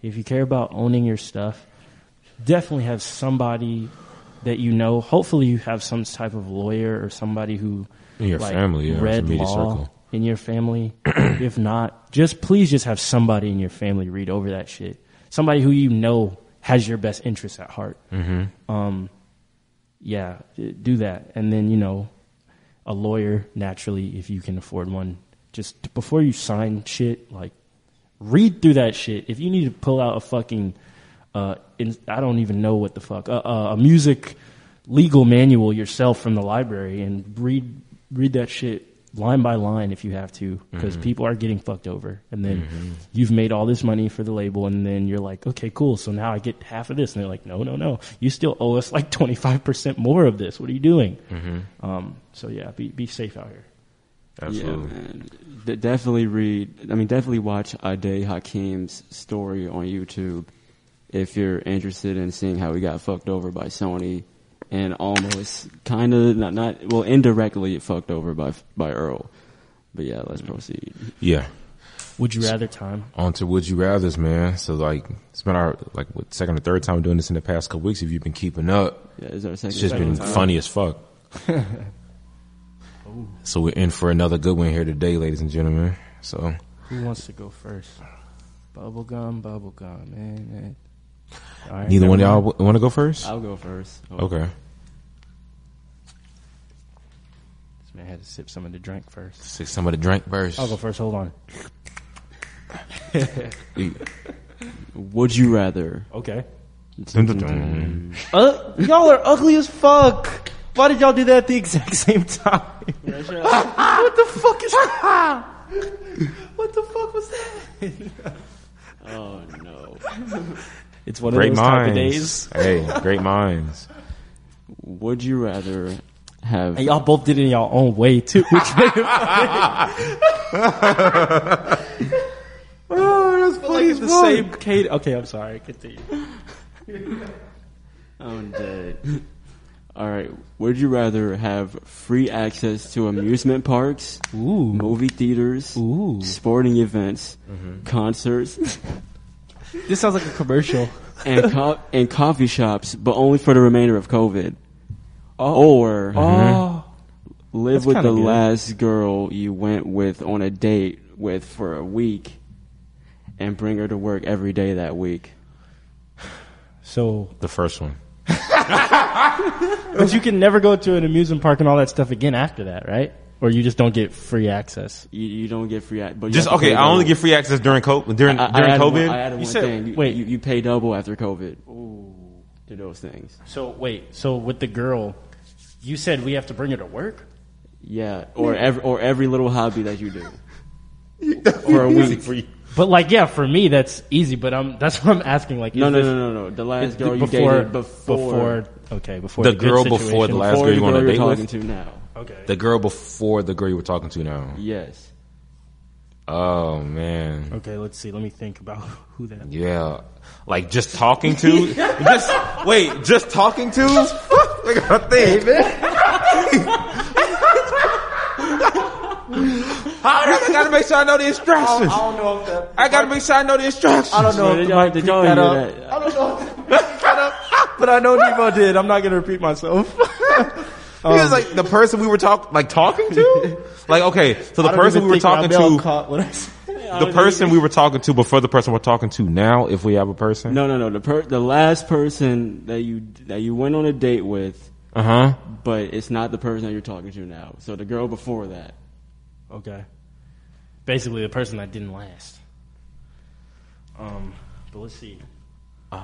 Speaker 1: if you care about owning your stuff, definitely have somebody that you know. Hopefully, you have some type of lawyer or somebody who
Speaker 2: In your family, yeah, or
Speaker 1: read
Speaker 2: immediate
Speaker 1: law
Speaker 2: circle.
Speaker 1: in your family. if not, just please just have somebody in your family read over that shit. Somebody who you know has your best interests at heart. Mm-hmm. Um, yeah, do that, and then you know, a lawyer naturally if you can afford one. Just before you sign shit, like read through that shit. If you need to pull out a fucking, uh, in, I don't even know what the fuck, uh, uh, a music legal manual yourself from the library and read read that shit line by line if you have to, because
Speaker 2: Mm-hmm.
Speaker 1: people are getting fucked over. And then you've made all this money for the label, and then you're like, okay, cool. So now I get half of this, and they're like, no, no, no, you still owe us like twenty five percent more of this. What are you doing?
Speaker 2: Mm-hmm.
Speaker 1: Um, so yeah, be be safe out here.
Speaker 2: Absolutely.
Speaker 3: Yeah, man. De- definitely read. I mean, definitely watch Ade Hakim's story on YouTube if you're interested in seeing how he got fucked over by Sony and almost kind of not not well indirectly fucked over by by Earl. But yeah,
Speaker 1: Mm.
Speaker 3: let's proceed.
Speaker 2: Yeah.
Speaker 1: Would you rather time?
Speaker 2: On to Would You Rathers, man. So like, it's been our, like, what, second or third time doing this in the past couple weeks. If you've been keeping up,
Speaker 3: Yeah, is our second.
Speaker 2: it's just been
Speaker 3: time?
Speaker 2: funny as fuck. so we're in for another good one here today, ladies and gentlemen. So,
Speaker 1: Who wants to go first? Bubblegum, bubblegum, man. man. All right,
Speaker 2: neither one of
Speaker 1: never
Speaker 2: y'all
Speaker 1: mind.
Speaker 2: want to go first?
Speaker 3: I'll go first. Oh,
Speaker 2: Okay.
Speaker 1: This man had to sip some of the drink first.
Speaker 2: Say some of the drink first.
Speaker 1: I'll go first. Hold on.
Speaker 3: Would you rather?
Speaker 1: Okay.
Speaker 2: Dun, dun, dun.
Speaker 1: Uh, y'all are ugly as fuck. Why did y'all do that at the exact same time? what the fuck is that? what the fuck was that?
Speaker 3: Oh no.
Speaker 1: It's one
Speaker 2: Great
Speaker 1: of those type of days.
Speaker 2: minds. Hey, great minds.
Speaker 3: Would you rather have?
Speaker 1: And y'all both did it in y'all own way too. Which made it
Speaker 2: Oh, that's
Speaker 1: like it's the same Kate. Okay, I'm sorry. Continue.
Speaker 3: I'm dead. All right. Would you rather have free access to amusement parks,
Speaker 1: Ooh,
Speaker 3: movie theaters,
Speaker 1: ooh.
Speaker 3: sporting events,
Speaker 2: Mm-hmm.
Speaker 3: concerts,
Speaker 1: This sounds like a commercial.
Speaker 3: and co- and coffee shops, but only for the remainder of COVID? Or
Speaker 2: Mm-hmm.
Speaker 1: Oh,
Speaker 3: live
Speaker 1: that's
Speaker 3: with
Speaker 1: kinda
Speaker 3: the
Speaker 1: good.
Speaker 3: last girl you went with on a date with for a week, and bring her to work every day that week.
Speaker 1: so
Speaker 2: The first one.
Speaker 1: But you can never go to an amusement park and all that stuff again after that, right? Or you just don't get free access.
Speaker 3: You, you don't get free. ac- But you
Speaker 2: Just,
Speaker 3: have to
Speaker 2: okay,
Speaker 3: pay
Speaker 2: I only
Speaker 3: double.
Speaker 2: get free access during COVID, during,
Speaker 3: I- I
Speaker 2: during
Speaker 3: added one-
Speaker 2: COVID.
Speaker 3: I added
Speaker 1: You
Speaker 3: one
Speaker 1: said-
Speaker 3: thing. You,
Speaker 1: wait.
Speaker 3: you, you pay double after COVID. To those things.
Speaker 1: So wait, so with the girl, You said we have to bring her to work.
Speaker 3: Yeah, or every or every little hobby that you do. or a week.
Speaker 4: for you.
Speaker 1: But like, yeah, for me that's easy. But I'm that's what I'm asking. Like,
Speaker 3: No,
Speaker 1: is
Speaker 3: no,
Speaker 1: this-
Speaker 3: no, no, no. The last girl you
Speaker 1: before,
Speaker 3: dated before
Speaker 1: before okay before
Speaker 2: The
Speaker 1: good
Speaker 2: girl before the
Speaker 1: situation.
Speaker 2: last
Speaker 3: before
Speaker 2: girl
Speaker 3: the
Speaker 2: you wanna
Speaker 3: girl you're
Speaker 2: date
Speaker 3: talking
Speaker 2: with?
Speaker 3: to now.
Speaker 1: Okay.
Speaker 2: The girl before the girl you were talking to now.
Speaker 3: Yes.
Speaker 2: Oh man,
Speaker 1: okay, let's see. Let me think about who that.
Speaker 2: yeah. Like just talking to, just wait, just talking to. Like a thing, man. I gotta make sure I know the instructions. I,
Speaker 4: don't know if that.
Speaker 2: gotta make sure I know the instructions.
Speaker 4: I don't know
Speaker 3: Did
Speaker 4: if the
Speaker 3: y'all-
Speaker 4: mic
Speaker 3: did
Speaker 4: picked
Speaker 3: y'all
Speaker 4: that
Speaker 3: hear
Speaker 4: up.
Speaker 3: that?
Speaker 4: I don't know if the mic picked that up. But I know Nemo did. I'm not going to repeat myself.
Speaker 2: he was like the person we were talk like talking to. Like okay, so the
Speaker 4: I don't
Speaker 2: person
Speaker 4: even
Speaker 2: we were
Speaker 4: think
Speaker 2: talking
Speaker 4: Ravel
Speaker 2: to,
Speaker 4: caught what I said.
Speaker 2: the person we were talking to before the person we're talking to now, if we have a person.
Speaker 3: No, no, no. The per- the last person that you that you went on a date with,
Speaker 2: Uh huh.
Speaker 3: but it's not the person that you're talking to now. So the girl before that.
Speaker 1: Okay. Basically, the person that didn't last. Um, but let's see. let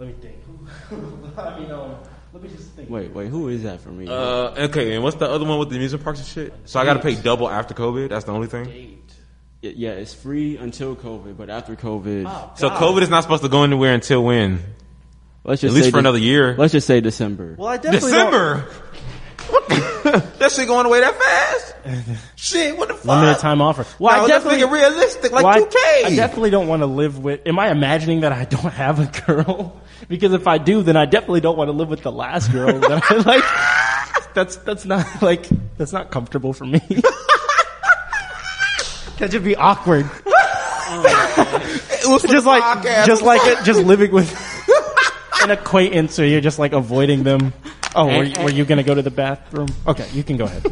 Speaker 1: me think. I mean, um, let me just think.
Speaker 3: Wait, wait. Who is that for me?
Speaker 2: Uh, okay, and what's the other one with the amusement parks and shit? So I gotta pay double after COVID. That's the only thing.
Speaker 3: Y- yeah, it's free until COVID, but after COVID,
Speaker 1: Oh.
Speaker 2: So COVID is not supposed to go anywhere until when?
Speaker 3: let's just
Speaker 2: At least
Speaker 3: say
Speaker 2: for
Speaker 3: de-
Speaker 2: another year.
Speaker 3: Let's just say December.
Speaker 4: Well, I definitely
Speaker 2: December. What the- that shit going away that fast? shit, what the fuck?
Speaker 1: One minute time offer. Well,
Speaker 2: No,
Speaker 1: I
Speaker 2: let's
Speaker 1: definitely.
Speaker 2: make it realistic, like
Speaker 1: well, I-
Speaker 2: 2K.
Speaker 1: I definitely don't want to live with. Am I imagining that I don't have a girl? Because if I do, then I definitely don't want to live with the last girl. that I, like, that's that's not like that's not comfortable for me. That should be awkward.
Speaker 2: it was
Speaker 1: just like
Speaker 2: podcast.
Speaker 1: just like it, just living with an acquaintance or you're just like avoiding them oh were, were you gonna go to the bathroom okay you can go ahead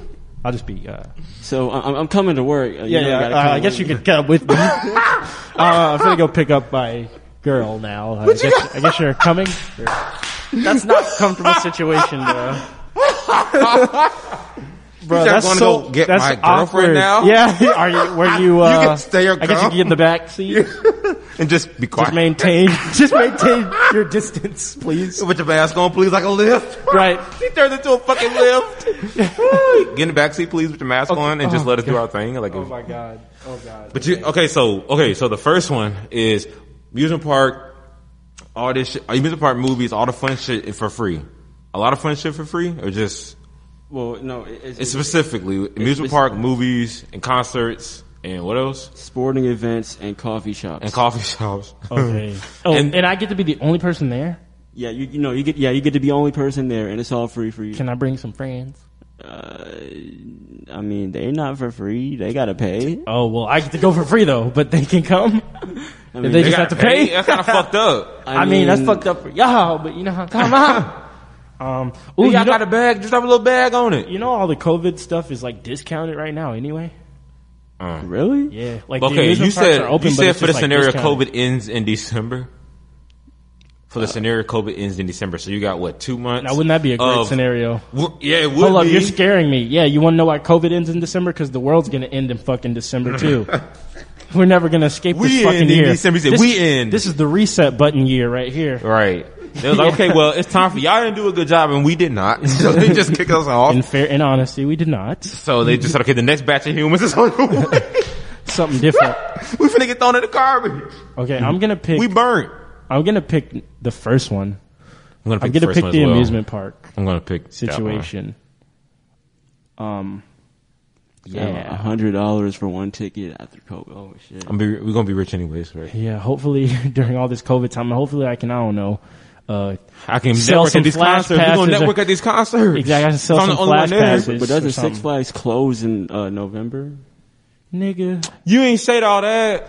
Speaker 1: i'll just be uh
Speaker 3: So I- I'm, I'm coming to work. uh, you
Speaker 1: yeah
Speaker 3: know,
Speaker 1: yeah
Speaker 3: gotta
Speaker 1: uh,
Speaker 3: come
Speaker 1: i guess you could come with me uh, i'm gonna go pick up my girl now i guess i guess you're coming that's not a comfortable situation bro Bro,
Speaker 2: said,
Speaker 1: that's
Speaker 2: "Gonna
Speaker 1: so,
Speaker 2: go get
Speaker 1: that's
Speaker 2: my girlfriend
Speaker 1: awkward.
Speaker 2: now?"
Speaker 1: Yeah, are you? Were you? Uh,
Speaker 2: You can stay or
Speaker 1: I guess you
Speaker 2: come.
Speaker 1: can get in the back seat.
Speaker 2: and just be quiet.
Speaker 1: Just maintain, just maintain your distance, please.
Speaker 2: With your mask on, please, like a lift.
Speaker 1: Right.
Speaker 2: She turned into a fucking lift. Get in the back seat, please, with your mask on, and just let us do our thing. Like,
Speaker 1: god. Oh god.
Speaker 2: But you okay? So okay, so the first one is amusement park, all this shit, amusement park movies, all the fun shit for free. A lot of fun shit for free, or just
Speaker 3: Well, no, it- it's,
Speaker 2: it's
Speaker 3: it's
Speaker 2: specifically amusement
Speaker 3: spec-
Speaker 2: park movies and concerts and what else
Speaker 3: sporting events and coffee shops.
Speaker 2: and coffee shops.
Speaker 1: Okay. Oh,
Speaker 2: And-
Speaker 1: and, I get to be the only person there.
Speaker 3: yeah, you, you know, you get yeah, you get to be the only person there, and it's all free for you. Uh,
Speaker 1: Can I bring some friends?
Speaker 3: I mean, they're not for free. They gotta pay.
Speaker 1: Oh well, I get to go for free though, but they can come.
Speaker 3: mean,
Speaker 1: they
Speaker 3: they
Speaker 1: just have
Speaker 2: gotta
Speaker 1: to pay.
Speaker 2: That's kind of fucked up.
Speaker 1: I, mean, that's fucked up for y'all, but you know how come on. Um, ooh,
Speaker 2: Ooh,
Speaker 1: you,
Speaker 2: y'all
Speaker 1: know,
Speaker 2: got a bag? Just drop a little bag on it.
Speaker 1: you know all the COVID stuff is like discounted right now anyway.
Speaker 3: Really?
Speaker 1: Yeah, like the
Speaker 2: Okay,
Speaker 1: amusement parks
Speaker 2: you said
Speaker 1: are open,
Speaker 2: you
Speaker 1: but
Speaker 2: said
Speaker 1: it's
Speaker 2: for the
Speaker 1: just, like,
Speaker 2: scenario
Speaker 1: discounted. Uh,
Speaker 2: COVID ends in December. For the scenario COVID ends in December, so you got what two months?
Speaker 1: Now, wouldn't that be a great
Speaker 2: of-
Speaker 1: scenario?
Speaker 2: W- Yeah, it would
Speaker 1: Hold up,
Speaker 2: be.
Speaker 1: you're scaring me. Yeah, you want to know why COVID ends in December? Because the world's going to end in fucking December too. We're never going to escape
Speaker 2: We
Speaker 1: this
Speaker 2: end
Speaker 1: fucking
Speaker 2: in
Speaker 1: year.
Speaker 2: December. He said,
Speaker 1: This-
Speaker 2: "We end."
Speaker 1: This is the reset button year right here.
Speaker 2: Right. They was like, okay, well, it's time for y'all didn't do a good job and we did not. So they just kicked us
Speaker 1: In
Speaker 2: off.
Speaker 1: fair, in honesty, we did not.
Speaker 2: So they just said, okay, the next batch of humans is on the way.
Speaker 1: Something different.
Speaker 2: we finna get thrown in the garbage.
Speaker 1: Okay, I'm gonna pick.
Speaker 2: Mm-hmm. We burnt.
Speaker 1: I'm gonna pick the first one.
Speaker 2: I'm gonna
Speaker 1: I'm gonna pick the amusement park
Speaker 2: I'm gonna pick that
Speaker 1: situation. Um,
Speaker 3: Yeah, a
Speaker 1: yeah,
Speaker 3: hundred dollars for one ticket after COVID. Oh shit!
Speaker 2: one. I'm be, we're gonna be rich anyways, right?
Speaker 1: yeah. Hopefully, during all this COVID time, hopefully I can. I don't know. Uh,
Speaker 2: I can
Speaker 1: Sell
Speaker 2: network
Speaker 1: some
Speaker 2: at these
Speaker 1: flash
Speaker 2: concerts. We're gonna
Speaker 1: passes.
Speaker 2: network at these concerts.
Speaker 1: Exactly, I can sell
Speaker 2: So I'm the
Speaker 1: some
Speaker 2: only one
Speaker 1: flash
Speaker 2: there.
Speaker 1: passes.
Speaker 3: But
Speaker 1: or
Speaker 3: doesn't Six
Speaker 1: something.
Speaker 3: Flags close in uh, November?
Speaker 1: nigga.
Speaker 2: You ain't said all that.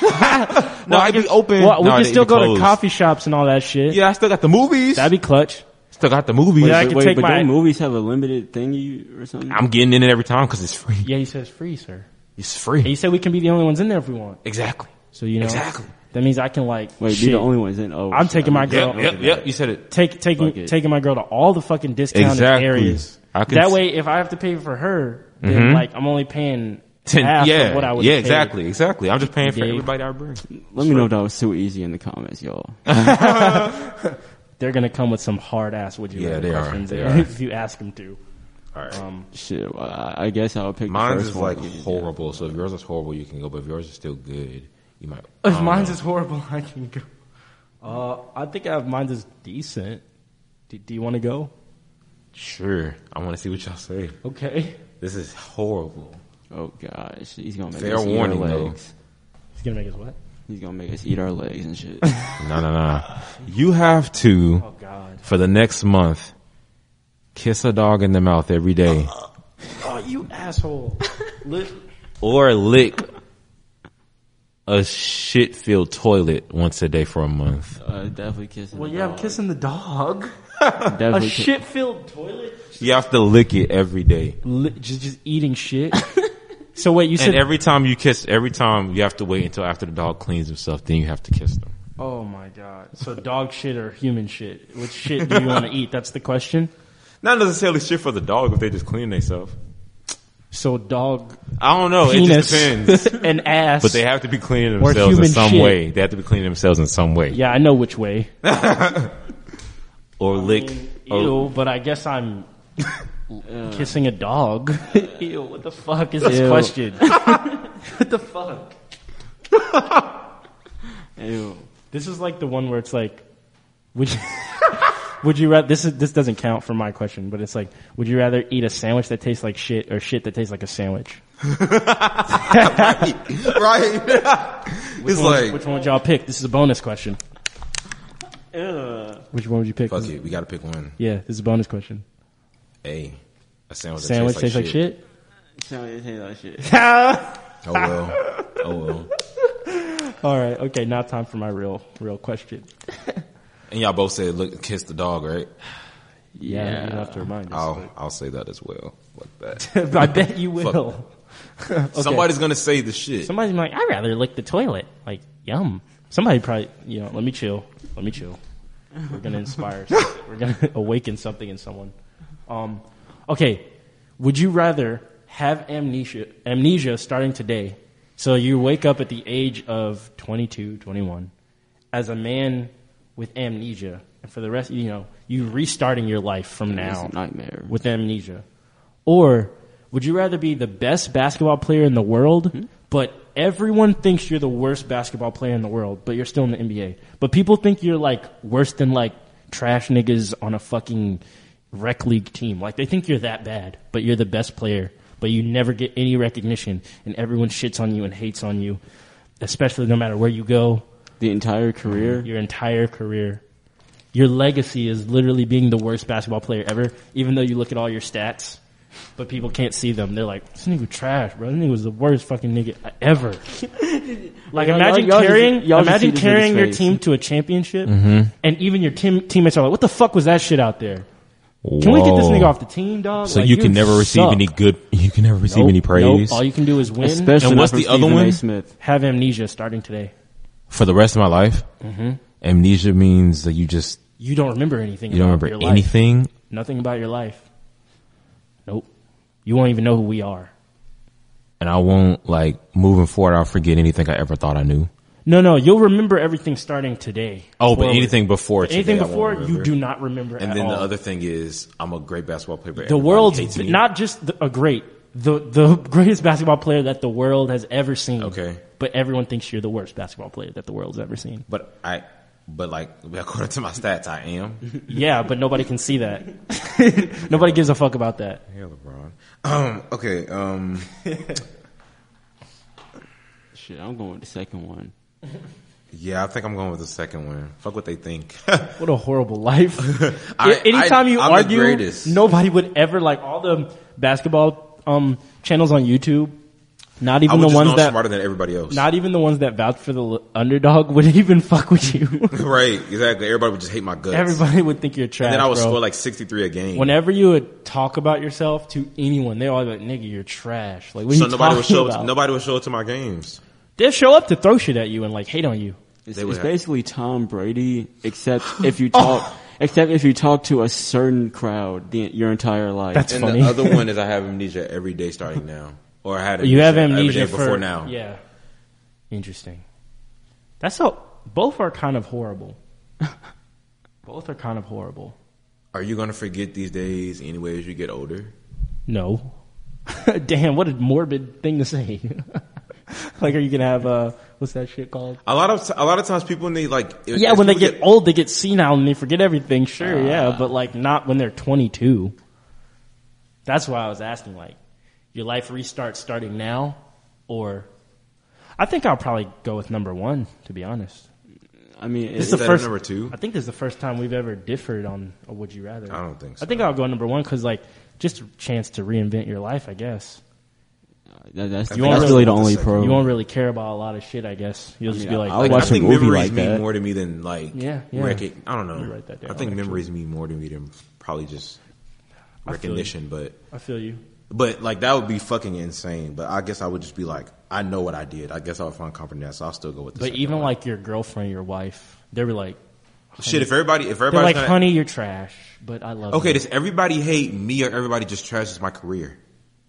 Speaker 2: no, I'd be open.
Speaker 1: Well, we
Speaker 2: Eh, No,
Speaker 1: can
Speaker 2: they-
Speaker 1: still
Speaker 2: they
Speaker 1: go
Speaker 2: closed.
Speaker 1: to coffee shops and all that shit.
Speaker 2: Yeah, I still got the movies.
Speaker 1: that'd be clutch.
Speaker 2: still got the movies.
Speaker 1: Yeah, I
Speaker 3: But
Speaker 1: can
Speaker 3: wait,
Speaker 1: take
Speaker 3: but
Speaker 1: my-
Speaker 3: don't movies have a limited thing you or something?
Speaker 2: I'm getting in it every time because it's free.
Speaker 1: Yeah, he says free, sir.
Speaker 2: It's free.
Speaker 1: He said we can be the only ones in there if we want.
Speaker 2: exactly.
Speaker 1: So you know,
Speaker 2: Exactly.
Speaker 1: that means I can like
Speaker 3: wait,
Speaker 1: shit.
Speaker 3: be the only ones in. Oh,
Speaker 1: I'm
Speaker 3: shit,
Speaker 1: taking
Speaker 3: I
Speaker 1: my
Speaker 3: mean,
Speaker 1: girl.
Speaker 2: Yep, yep, yep. You said it.
Speaker 1: Take,
Speaker 3: Fuck
Speaker 1: taking
Speaker 3: it.
Speaker 1: taking my girl to all the fucking discounted
Speaker 2: Exactly.
Speaker 1: areas.
Speaker 2: I can
Speaker 1: that
Speaker 2: s-
Speaker 1: way, if I have to pay for her, then like I'm only paying
Speaker 2: Ten-
Speaker 1: half
Speaker 2: yeah,
Speaker 1: of what I would.
Speaker 2: yeah,
Speaker 1: pay.
Speaker 2: exactly, exactly. I'm just paying for
Speaker 1: Dave.
Speaker 2: everybody I bring.
Speaker 3: Let me know if that was too easy in the comments, y'all.
Speaker 1: they're gonna come with some hard ass would you
Speaker 2: Yeah,
Speaker 1: rather
Speaker 2: they are.
Speaker 1: questions
Speaker 2: They
Speaker 1: if-
Speaker 2: are.
Speaker 1: if you ask them to.
Speaker 2: All right.
Speaker 1: Um,
Speaker 3: Shit, well, I I guess I'll pick. the
Speaker 2: Mine's
Speaker 3: first
Speaker 2: is
Speaker 3: one.
Speaker 2: like horrible. So if yours is horrible, you can go. But if yours is still good, you might.
Speaker 1: if Oh, mine's is horrible, I can go. Uh, I think I have mine's is decent. Do, do you want to go?
Speaker 2: Sure. I want to see what y'all say.
Speaker 1: Okay.
Speaker 2: This is horrible.
Speaker 3: Oh gosh, he's gonna make
Speaker 2: Fair
Speaker 3: us
Speaker 2: warning,
Speaker 3: eat our
Speaker 2: though.
Speaker 3: legs.
Speaker 1: He's gonna make us what?
Speaker 3: He's gonna make us eat our legs and shit. Uh,
Speaker 2: No, no, no. You have to
Speaker 1: Oh God.
Speaker 2: for the next month kiss a dog in the mouth every day,
Speaker 1: Oh, you asshole. Li-
Speaker 2: or lick a shit-filled toilet once a day for a month.
Speaker 3: uh, definitely kissing.
Speaker 1: well,
Speaker 3: the
Speaker 1: yeah, I'm
Speaker 3: dog.
Speaker 1: kissing the dog. A
Speaker 3: Definitely ki-
Speaker 1: shit-filled toilet.
Speaker 2: You have to lick it every day,
Speaker 1: Li- just, just eating shit. so wait, you said?
Speaker 2: and every time you kiss, every time you have to wait until after the dog cleans himself. Then you have to kiss them.
Speaker 1: oh my God. So dog shit or human shit? Which shit do you want to eat? That's the question.
Speaker 2: Not necessarily shit for the dog if they just clean themselves.
Speaker 1: So dog
Speaker 2: I don't know. It
Speaker 1: penis
Speaker 2: just depends.
Speaker 1: and ass.
Speaker 2: But they have to be cleaning
Speaker 1: Or
Speaker 2: themselves in
Speaker 1: human
Speaker 2: some
Speaker 1: shit.
Speaker 2: way. They have to be cleaning themselves in some way.
Speaker 1: yeah, I know which way.
Speaker 2: Or lick.
Speaker 1: Ew,
Speaker 2: Or,
Speaker 1: but I guess I'm kissing a dog. Ew, what the fuck is this
Speaker 3: Ew.
Speaker 1: question? what the fuck?
Speaker 3: Ew.
Speaker 1: This is like the one where it's like, would you, would you rather, this is, this doesn't count for my question, but it's like, would you rather eat a sandwich that tastes like shit or shit that tastes like a sandwich?
Speaker 2: right? it's like,
Speaker 1: Which one would y'all pick? This is a bonus question. Which one would you pick?
Speaker 2: fuck it. We got to pick one.
Speaker 1: Yeah, this is a bonus question.
Speaker 2: A. A sandwich, that
Speaker 1: Sandwich
Speaker 2: tastes like, shit.
Speaker 1: shit?
Speaker 3: Tell me to say that shit.
Speaker 2: Oh well. Oh well.
Speaker 1: All right, okay, now time for my real, real question.
Speaker 2: And y'all both said, look, kiss the dog, right?
Speaker 1: Yeah,
Speaker 3: Yeah.
Speaker 1: you don't have to remind us.
Speaker 2: I'll, I'll say that as well. Fuck that.
Speaker 1: I bet you will.
Speaker 2: Somebody's going to say the shit.
Speaker 1: Somebody's like, I'd rather lick the toilet. Like, yum. Somebody probably, you know, let me chill. Let me chill. We're gonna inspire. something. We're gonna awaken something in someone. Um, okay. Would you rather have amnesia, amnesia starting today? So you wake up at the age of 22, 21 as a man with amnesia and for the rest, you know, you restarting your life from
Speaker 3: It's
Speaker 1: now
Speaker 3: a nightmare.
Speaker 1: with amnesia? Or would you rather be the best basketball player in the world,
Speaker 3: Hmm?
Speaker 1: but everyone thinks you're the worst basketball player in the world, but you're still in the NBA? But people think you're like worse than like trash niggas on a fucking rec league team. Like they think you're that bad, but you're the best player, but you never get any recognition and everyone shits on you and hates on you, especially no matter where you go,
Speaker 3: the entire career.
Speaker 1: your entire career. Your legacy is literally being the worst basketball player ever, even though you look at all your stats, but people can't see them. They're like, this nigga trash, bro. This nigga was the worst fucking nigga ever. like
Speaker 3: Y'all-
Speaker 1: imagine
Speaker 3: y'all just-
Speaker 1: carrying,
Speaker 3: y'all just see
Speaker 1: imagine
Speaker 3: this nigga's
Speaker 1: carrying your
Speaker 3: face.
Speaker 1: team to a championship,
Speaker 2: Mm-hmm.
Speaker 1: and even your team, teammates are like, what the fuck was that shit out there? Can we get this nigga off the team, dog?
Speaker 2: So
Speaker 1: Like,
Speaker 2: you can never receive
Speaker 1: suck.
Speaker 2: any good, you can never receive
Speaker 1: Nope,
Speaker 2: any
Speaker 1: nope.
Speaker 2: praise
Speaker 1: All you can do is win.
Speaker 3: Especially
Speaker 2: And
Speaker 3: not
Speaker 2: what's
Speaker 3: from
Speaker 2: the other
Speaker 3: Stephen A.
Speaker 2: one?
Speaker 3: Smith.
Speaker 1: have amnesia starting today.
Speaker 2: for the rest of my life.
Speaker 1: Mm-hmm.
Speaker 2: Amnesia means that you just,
Speaker 1: You don't remember anything.
Speaker 2: you don't
Speaker 1: about
Speaker 2: remember
Speaker 1: your life.
Speaker 2: anything.
Speaker 1: Nothing about your life. Nope. You won't even know who we are.
Speaker 2: And I won't like moving forward. I'll forget anything I ever thought I knew.
Speaker 1: No, no, you'll remember everything starting today.
Speaker 2: Oh, but
Speaker 1: Forward.
Speaker 2: anything before today,
Speaker 1: anything
Speaker 2: I won't
Speaker 1: before you
Speaker 2: remember.
Speaker 1: do not remember.
Speaker 2: And
Speaker 1: at
Speaker 2: then the
Speaker 1: all.
Speaker 2: other thing is, I'm a great basketball player. but
Speaker 1: the
Speaker 2: everybody
Speaker 1: world's
Speaker 2: hates me.
Speaker 1: not just the, a great, the the greatest basketball player that the world has ever seen.
Speaker 2: Okay.
Speaker 1: but everyone thinks you're the worst basketball player that the world's ever seen.
Speaker 2: But I, but like according to my stats, I am.
Speaker 1: Yeah, but nobody can see that. nobody gives a fuck about that.
Speaker 2: Yeah, LeBron. Um. Okay. Um.
Speaker 3: Shit, I'm going with the second one.
Speaker 2: Yeah, I think I'm going with the second one. Fuck what they think.
Speaker 1: What a horrible life.
Speaker 2: I-
Speaker 1: Anytime
Speaker 2: I-
Speaker 1: you
Speaker 2: I'm the
Speaker 1: argue,
Speaker 2: greatest.
Speaker 1: nobody would ever like all the basketball um, channels on YouTube. Not
Speaker 2: I
Speaker 1: even
Speaker 2: was
Speaker 1: the
Speaker 2: just
Speaker 1: ones
Speaker 2: known
Speaker 1: that,
Speaker 2: smarter than everybody else.
Speaker 1: not even the ones that vouch for the l- underdog would even fuck with you.
Speaker 2: right. Exactly. Everybody would just hate my guts.
Speaker 1: Everybody would think you're trash.
Speaker 2: And then I would
Speaker 1: bro.
Speaker 2: score like 63 a game.
Speaker 1: Whenever you would talk about yourself to anyone, they're always like, "Nigga, you're trash." Like, what
Speaker 2: so
Speaker 1: you
Speaker 2: nobody
Speaker 1: talking
Speaker 2: would show.
Speaker 1: about?
Speaker 2: Nobody would show up to my games.
Speaker 1: They'll show up to throw shit at you and like hate on you.
Speaker 3: It's,
Speaker 2: They would
Speaker 3: it's
Speaker 2: have-
Speaker 3: basically Tom Brady, except if you talk, except if you talk to a certain crowd the, your entire life.
Speaker 1: That's- It's
Speaker 2: and
Speaker 1: funny.
Speaker 2: the other one is I have amnesia every day starting now, or I had
Speaker 1: You have
Speaker 2: every
Speaker 1: amnesia
Speaker 2: day
Speaker 1: for,
Speaker 2: before now.
Speaker 1: Yeah, interesting. That's so. Both are kind of horrible. Both are kind of horrible.
Speaker 2: Are you gonna forget these days anyway as you get older?
Speaker 1: No. Damn, what a morbid thing to say. like, are you gonna have uh, what's that shit called?
Speaker 2: A lot of a lot of times people need like if-
Speaker 1: Yeah,
Speaker 2: as
Speaker 1: when they
Speaker 2: people
Speaker 1: get old, they get senile and they forget everything. Sure,
Speaker 2: Ah.
Speaker 1: yeah, but like not when they're 22. That's why I was asking. Like, your life restarts starting now, or I think I'll probably go with number one. To be honest,
Speaker 3: I mean,
Speaker 1: this is
Speaker 3: it's
Speaker 1: the
Speaker 2: that
Speaker 1: first
Speaker 2: number two?
Speaker 1: I think this is the first time we've ever differed on a would you rather.
Speaker 2: I don't think
Speaker 1: I think I'll go number one because like just a chance to reinvent your life. I guess
Speaker 3: that,
Speaker 1: won't
Speaker 3: that's, that's
Speaker 1: really-
Speaker 3: really the only pro.
Speaker 1: you won't really care about a lot of shit. I guess you'll just
Speaker 3: mean,
Speaker 1: be like,
Speaker 3: I'll
Speaker 2: Like,
Speaker 3: watch
Speaker 2: I
Speaker 3: a
Speaker 2: think
Speaker 3: movie
Speaker 2: memories
Speaker 3: like
Speaker 2: mean
Speaker 3: that.
Speaker 2: more to me than like
Speaker 1: Yeah, yeah.
Speaker 2: recog- I don't
Speaker 1: me
Speaker 2: know.
Speaker 1: write that down,
Speaker 2: I think
Speaker 1: actually.
Speaker 2: memories mean more to me than probably just recognition, but
Speaker 1: I feel you.
Speaker 2: but like that would be fucking insane. But I guess I would just be like, I know what I did. I guess I would find comfort in that, so I'll still go with. The
Speaker 1: But
Speaker 2: second
Speaker 1: even
Speaker 2: one.
Speaker 1: like your girlfriend, your wife, they were like,
Speaker 2: shit, if everybody if
Speaker 1: they're
Speaker 2: everybody's
Speaker 1: like,
Speaker 2: gonna-
Speaker 1: honey, you're trash, but I love.
Speaker 2: okay,
Speaker 1: you.
Speaker 2: does everybody hate me or everybody just trashes my career?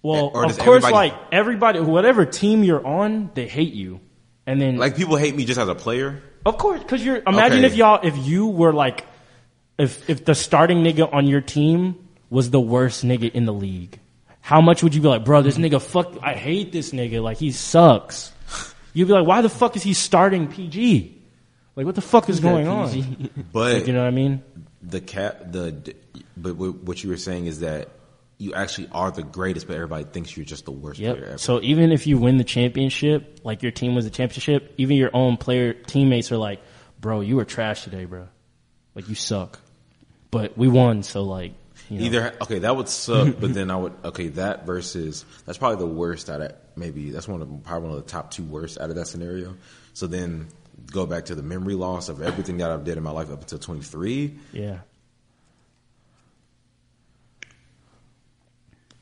Speaker 1: Well,
Speaker 2: or
Speaker 1: of
Speaker 2: does
Speaker 1: course,
Speaker 2: everybody-
Speaker 1: like everybody, whatever team you're on, they hate you. And then,
Speaker 2: Like people hate me just as a player.
Speaker 1: of course, because you're. Imagine
Speaker 2: Okay.
Speaker 1: if y'all, if you were like, if if the starting nigga on your team was the worst nigga in the league, how much would you be like, bro? This nigga, fuck, I hate this nigga. Like he sucks. You'd be like, why the fuck is he starting PG? Like what the fuck is going on? You
Speaker 2: But
Speaker 1: know what I mean?
Speaker 2: the cat the but wh- what you were saying is that you actually are the greatest, but everybody thinks you're just the worst player ever.
Speaker 1: Yep. So even if you win the championship, like your team wins the championship, even your own player teammates are like, "Bro, you were trash today, bro. Like you suck." But we won, so like, you know.
Speaker 2: Either okay, that would suck, but then I would okay that versus that's probably the worst out of maybe that's one of probably one of the top two worst out of that scenario. So then go back to the memory loss of everything that I've did in my life up until twenty three.
Speaker 1: yeah.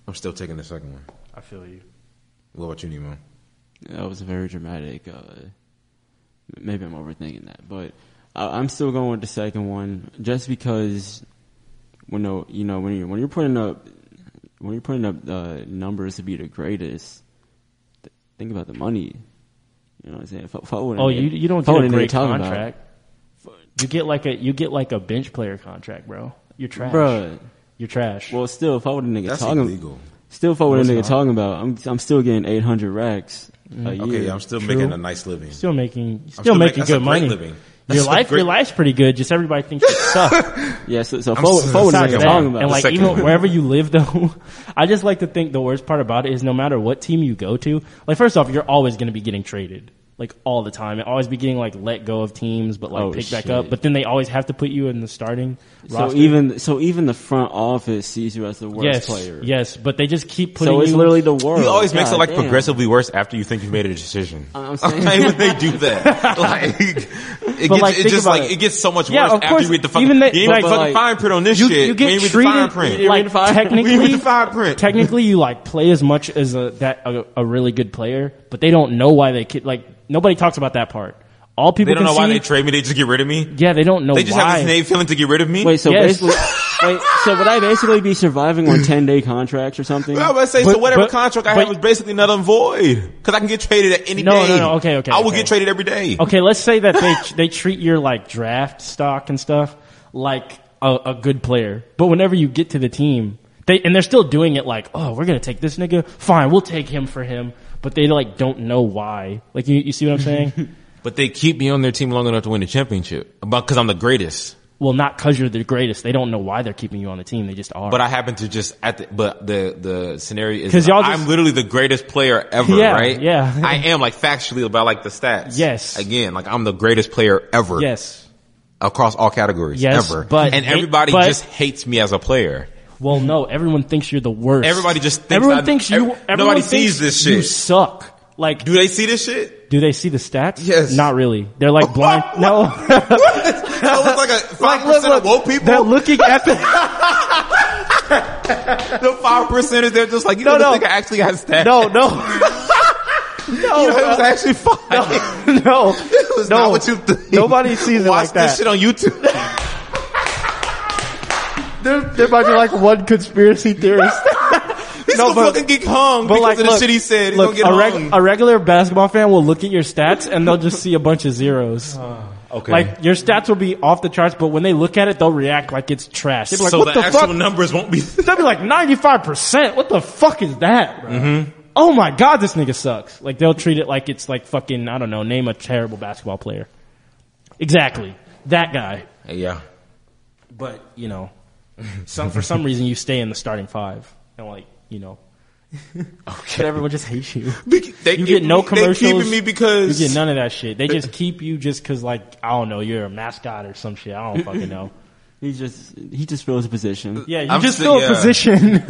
Speaker 2: I'm still taking the second one.
Speaker 1: I feel you.
Speaker 2: What about you, Nemo?
Speaker 3: That was very dramatic. Uh, maybe I'm overthinking that, but I, I'm still going with the second one just because when the, you know when you when you're putting up when you're putting up uh, numbers to be the greatest, th- think about the money. You know what I'm saying? If I- if I wouldn't-
Speaker 1: Oh, you you don't
Speaker 3: if
Speaker 1: get
Speaker 3: I
Speaker 1: a
Speaker 3: wouldn't even
Speaker 1: great
Speaker 3: talk about it,
Speaker 1: contract. You get like a you get like a bench player contract, bro. You're trash.
Speaker 3: Bruh.
Speaker 1: You're trash.
Speaker 3: Well, still, if I would a nigga
Speaker 2: That's
Speaker 3: talking,
Speaker 2: illegal.
Speaker 3: still if I would a nigga talking about, I'm I'm still getting 800 racks
Speaker 1: Mm.
Speaker 3: a year.
Speaker 2: Okay, I'm still making a nice living.
Speaker 1: still making still,
Speaker 2: still
Speaker 1: making
Speaker 2: making- that's a
Speaker 1: good
Speaker 2: great
Speaker 1: money.
Speaker 2: living.
Speaker 1: Your
Speaker 2: That's a
Speaker 1: life
Speaker 2: great-
Speaker 1: your life's pretty good, just everybody thinks you suck.
Speaker 3: yeah, so, so if I
Speaker 2: I'm
Speaker 3: would- if I
Speaker 2: so
Speaker 3: would a
Speaker 2: sorry
Speaker 3: nigga
Speaker 2: about
Speaker 3: talking
Speaker 2: that.
Speaker 3: about,
Speaker 1: and
Speaker 2: The
Speaker 1: like
Speaker 2: second
Speaker 1: even
Speaker 2: one.
Speaker 1: wherever you live though i just like to think the worst part about it is no matter what team you go to like first off you're always going to be getting traded like all the time and always be getting like let go of teams but like
Speaker 3: Oh,
Speaker 1: picked back
Speaker 3: shit.
Speaker 1: up but then they always have to put you in the starting
Speaker 3: So
Speaker 1: roster.
Speaker 3: even so, even the front office sees you as the worst
Speaker 1: yes
Speaker 3: player.
Speaker 1: yes but they just keep putting
Speaker 3: So it's
Speaker 1: you
Speaker 3: literally the world.
Speaker 1: Oh,
Speaker 2: He always makes it
Speaker 3: God
Speaker 2: like
Speaker 3: damn.
Speaker 2: progressively worse after you think you've made a decision.
Speaker 3: I'm saying-
Speaker 2: Okay, when they do that, like it
Speaker 1: But,
Speaker 2: gets
Speaker 1: like,
Speaker 2: it
Speaker 1: think
Speaker 2: just
Speaker 1: about
Speaker 2: like
Speaker 1: it.
Speaker 2: it. gets so much
Speaker 1: Yeah,
Speaker 2: worse
Speaker 1: of
Speaker 2: after
Speaker 1: course,
Speaker 2: you read the fucking
Speaker 1: even that-
Speaker 2: you ain't
Speaker 1: but,
Speaker 2: read fucking
Speaker 3: like,
Speaker 2: fine print on this
Speaker 1: you,
Speaker 2: shit.
Speaker 1: you
Speaker 2: ain't
Speaker 1: get
Speaker 2: read the fine print.
Speaker 1: treated like
Speaker 3: the fine-
Speaker 1: technically
Speaker 2: We read the fine print.
Speaker 1: technically you like play as much as a, that a, a really good player but they don't know why they could like nobody talks about that part all people
Speaker 2: They don't
Speaker 1: can
Speaker 2: know why
Speaker 1: see-
Speaker 2: they trade me. They just get rid of me.
Speaker 1: yeah they don't know
Speaker 2: They just
Speaker 1: why
Speaker 2: have this name feeling to get rid of me.
Speaker 3: Wait, so
Speaker 1: Yes.
Speaker 3: basically, wait, so would I basically be surviving on ten day contracts or something?
Speaker 2: I was about to say,
Speaker 1: But-
Speaker 2: so whatever
Speaker 1: but-
Speaker 2: contract I
Speaker 1: but-
Speaker 2: have is basically null and void because I can get traded at any
Speaker 1: No,
Speaker 2: day.
Speaker 1: no, no, okay, okay,
Speaker 2: I will
Speaker 1: okay.
Speaker 2: get traded every day.
Speaker 1: Okay, let's say that they they treat your like draft stock and stuff like a, a good player, but whenever you get to the team, they and they're still doing it like, oh, we're gonna take this nigga. Fine, we'll take him for him, but they like don't know why. Like you, you see what I'm saying?
Speaker 2: But they keep me on their team long enough to win the championship because I'm the greatest.
Speaker 1: well, not because you're the greatest. They don't know why they're keeping you on the team. They just are.
Speaker 2: But I happen to just at the but the the scenario is
Speaker 1: 'Cause y'all just-
Speaker 2: I'm literally the greatest player ever,
Speaker 1: Yeah,
Speaker 2: right?
Speaker 1: yeah.
Speaker 2: I am like factually about like the stats.
Speaker 1: Yes.
Speaker 2: Again, like I'm the greatest player ever.
Speaker 1: yes.
Speaker 2: Across all categories.
Speaker 1: Yes,
Speaker 2: ever.
Speaker 1: but-
Speaker 2: and everybody
Speaker 1: but-
Speaker 2: just hates me as a player.
Speaker 1: Well, no. Everyone thinks you're the worst.
Speaker 2: Everybody just thinks
Speaker 1: everyone
Speaker 2: I-
Speaker 1: thinks
Speaker 2: ev-
Speaker 1: you. everyone
Speaker 2: nobody
Speaker 1: thinks
Speaker 2: sees this
Speaker 1: You
Speaker 2: shit.
Speaker 1: suck. Like,
Speaker 2: Do they see this shit?
Speaker 1: do they see the stats?
Speaker 2: Yes.
Speaker 1: Not really. They're like blind. no.
Speaker 2: That was like a five percent of woke people.
Speaker 1: They're looking at the
Speaker 2: the five percenters, they're just like, you
Speaker 1: No, no.
Speaker 2: know, this nigga actually got stats.
Speaker 1: no, no,
Speaker 2: you know, it was actually five.
Speaker 1: no.
Speaker 2: It was
Speaker 1: No.
Speaker 2: not what you think.
Speaker 1: Nobody sees it
Speaker 2: Watch
Speaker 1: like that.
Speaker 2: this shit on YouTube.
Speaker 1: There, there might be like one conspiracy theorist.
Speaker 2: He's
Speaker 1: No,
Speaker 2: gonna
Speaker 1: but-
Speaker 2: fucking get hung
Speaker 1: But
Speaker 2: because
Speaker 1: like,
Speaker 2: of the
Speaker 1: look,
Speaker 2: shit he said. He's
Speaker 1: look,
Speaker 2: gonna get
Speaker 1: a, reg-
Speaker 2: hung. Oh.
Speaker 1: a regular basketball fan will look at your stats and they'll just see a bunch of zeros.
Speaker 5: Okay.
Speaker 1: Like your stats will be off the charts, but when they look at it, they'll react like it's trash. They'll be like,
Speaker 2: so
Speaker 1: what
Speaker 2: the,
Speaker 1: the,
Speaker 2: actual
Speaker 1: fuck?
Speaker 2: numbers won't be.
Speaker 1: They'll be like ninety five percent. What the fuck is that? Bro?
Speaker 2: Mm-hmm.
Speaker 1: Oh my god, this nigga sucks. Like they'll treat it like it's like fucking I don't know. Name a terrible basketball player. Exactly that guy.
Speaker 2: yeah.
Speaker 1: But you know, some for some reason you stay in the starting five and like you know. But everyone just hates you.
Speaker 2: They,
Speaker 1: You get no commercials.
Speaker 2: They keeping me because
Speaker 1: you get none of that shit. They just keep you just because, like, I don't know, you're a mascot or some shit. I don't fucking know.
Speaker 3: He just he just fills a position.
Speaker 1: Yeah, you
Speaker 2: I'm
Speaker 1: just
Speaker 2: si-
Speaker 1: fill
Speaker 2: yeah.
Speaker 1: a position.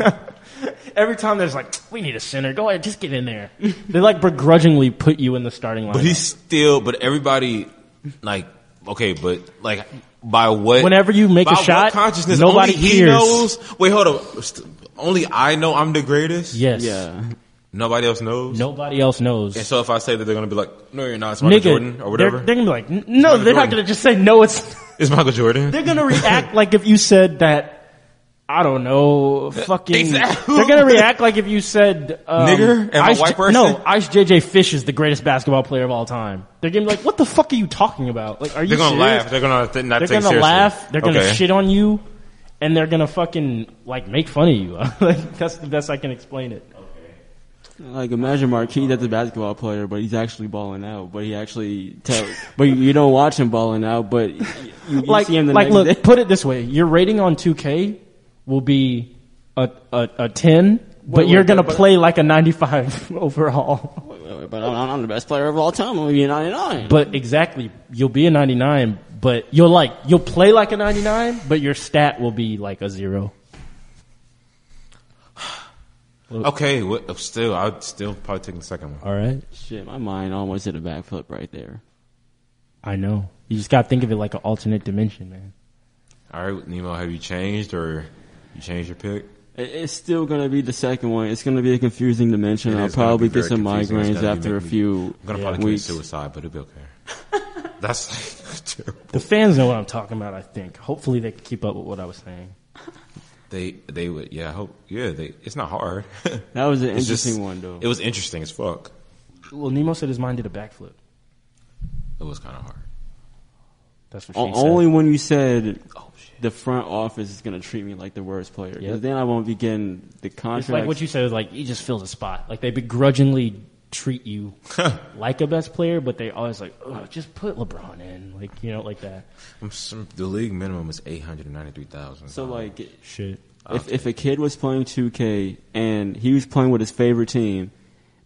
Speaker 1: Every time there's like, we need a center. Go ahead, just get in there. They like begrudgingly put you in the starting
Speaker 2: But
Speaker 1: line.
Speaker 2: he's still. But everybody, like, okay, but like, by what?
Speaker 1: Whenever you make
Speaker 2: by
Speaker 1: a
Speaker 2: what
Speaker 1: shot,
Speaker 2: consciousness.
Speaker 1: nobody
Speaker 2: only he
Speaker 1: hears.
Speaker 2: knows. Wait, hold up. St- Only I know I'm the greatest.
Speaker 1: Yes.
Speaker 3: Yeah.
Speaker 2: Nobody else knows.
Speaker 1: Nobody else knows.
Speaker 2: And so if I say that, they're gonna be like, "No, you're not. It's Michael
Speaker 1: Nigga,
Speaker 2: Jordan or whatever.
Speaker 1: They're, they're gonna be like, "N- no,
Speaker 2: Michael
Speaker 1: they're not
Speaker 2: Jordan.
Speaker 1: gonna just say no. It's
Speaker 2: it's Michael Jordan.
Speaker 1: they're gonna react like if you said that. I don't know, fucking.
Speaker 2: Exactly.
Speaker 1: They're gonna react like if you said um,
Speaker 2: Nigger? Am I
Speaker 1: Ice
Speaker 2: a white
Speaker 1: J-
Speaker 2: person?
Speaker 1: No, Ice JJ Fish is the greatest basketball player of all time. They're gonna be like, "What the fuck are you talking about? Like, are you?"
Speaker 2: They're gonna
Speaker 1: serious?
Speaker 2: laugh. They're gonna th- not
Speaker 1: They're
Speaker 2: take
Speaker 1: gonna
Speaker 2: seriously.
Speaker 1: laugh. They're gonna
Speaker 2: Okay.
Speaker 1: shit on you, and they're gonna fucking like make fun of you. like, that's the best I can explain it.
Speaker 3: Like imagine Marquis that's a basketball player, but he's actually balling out. But he actually tell, but you don't watch him balling out. But you, you
Speaker 1: like,
Speaker 3: see him the
Speaker 1: like,
Speaker 3: next
Speaker 1: look,
Speaker 3: day.
Speaker 1: put it this way: your rating on 2K will be a a, a 10, but
Speaker 3: wait,
Speaker 1: you're
Speaker 3: but-
Speaker 1: gonna
Speaker 3: but-
Speaker 1: play like a 95 overall.
Speaker 3: But I'm, I'm the best player of all time. I'm gonna be a 99.
Speaker 1: But exactly, you'll be a 99, but you'll like you'll play like a 99, but your stat will be like a zero.
Speaker 2: Okay, what, still, I'd still probably take the second one.
Speaker 1: All right,
Speaker 3: Shit, my mind almost did a backflip right there.
Speaker 1: I know. You just gotta think of it like an alternate dimension, man.
Speaker 2: All right, Nemo, have you changed or you changed your pick?
Speaker 3: It, it's still gonna be the second one. It's gonna be a confusing dimension.
Speaker 2: It
Speaker 3: I'll
Speaker 2: is gonna be
Speaker 3: probably get
Speaker 2: very
Speaker 3: some
Speaker 2: confusing. It's
Speaker 3: migraines
Speaker 2: gonna be
Speaker 3: after a
Speaker 2: making me-
Speaker 3: few
Speaker 2: I'm gonna probably commit
Speaker 3: weeks.
Speaker 2: suicide, but it'll be okay. That's like terrible.
Speaker 1: The fans know what I'm talking about. I think. Hopefully, they can keep up with what I was saying.
Speaker 2: They they would yeah I hope yeah they it's not hard.
Speaker 3: That was an
Speaker 2: It's just-
Speaker 3: interesting one, though.
Speaker 2: It was interesting as fuck.
Speaker 1: Well, Nemo said his mind did a backflip.
Speaker 2: It was kind of hard.
Speaker 1: That's what she
Speaker 3: O-
Speaker 1: said.
Speaker 3: only when you said
Speaker 2: Oh,
Speaker 3: the front office is gonna treat me like the worst player. 'Cause
Speaker 1: Yep.
Speaker 3: Then I won't be getting the
Speaker 1: It's
Speaker 3: contract.
Speaker 1: like what you said. Like he just fills a spot. Like they begrudgingly treat you like a best player, but they always like, oh, just put LeBron in, like you know, like that.
Speaker 2: I'm, some, the league minimum is eight hundred ninety three thousand.
Speaker 3: so like
Speaker 1: Shit.
Speaker 3: If, if a kid was playing 2K and he was playing with his favorite team,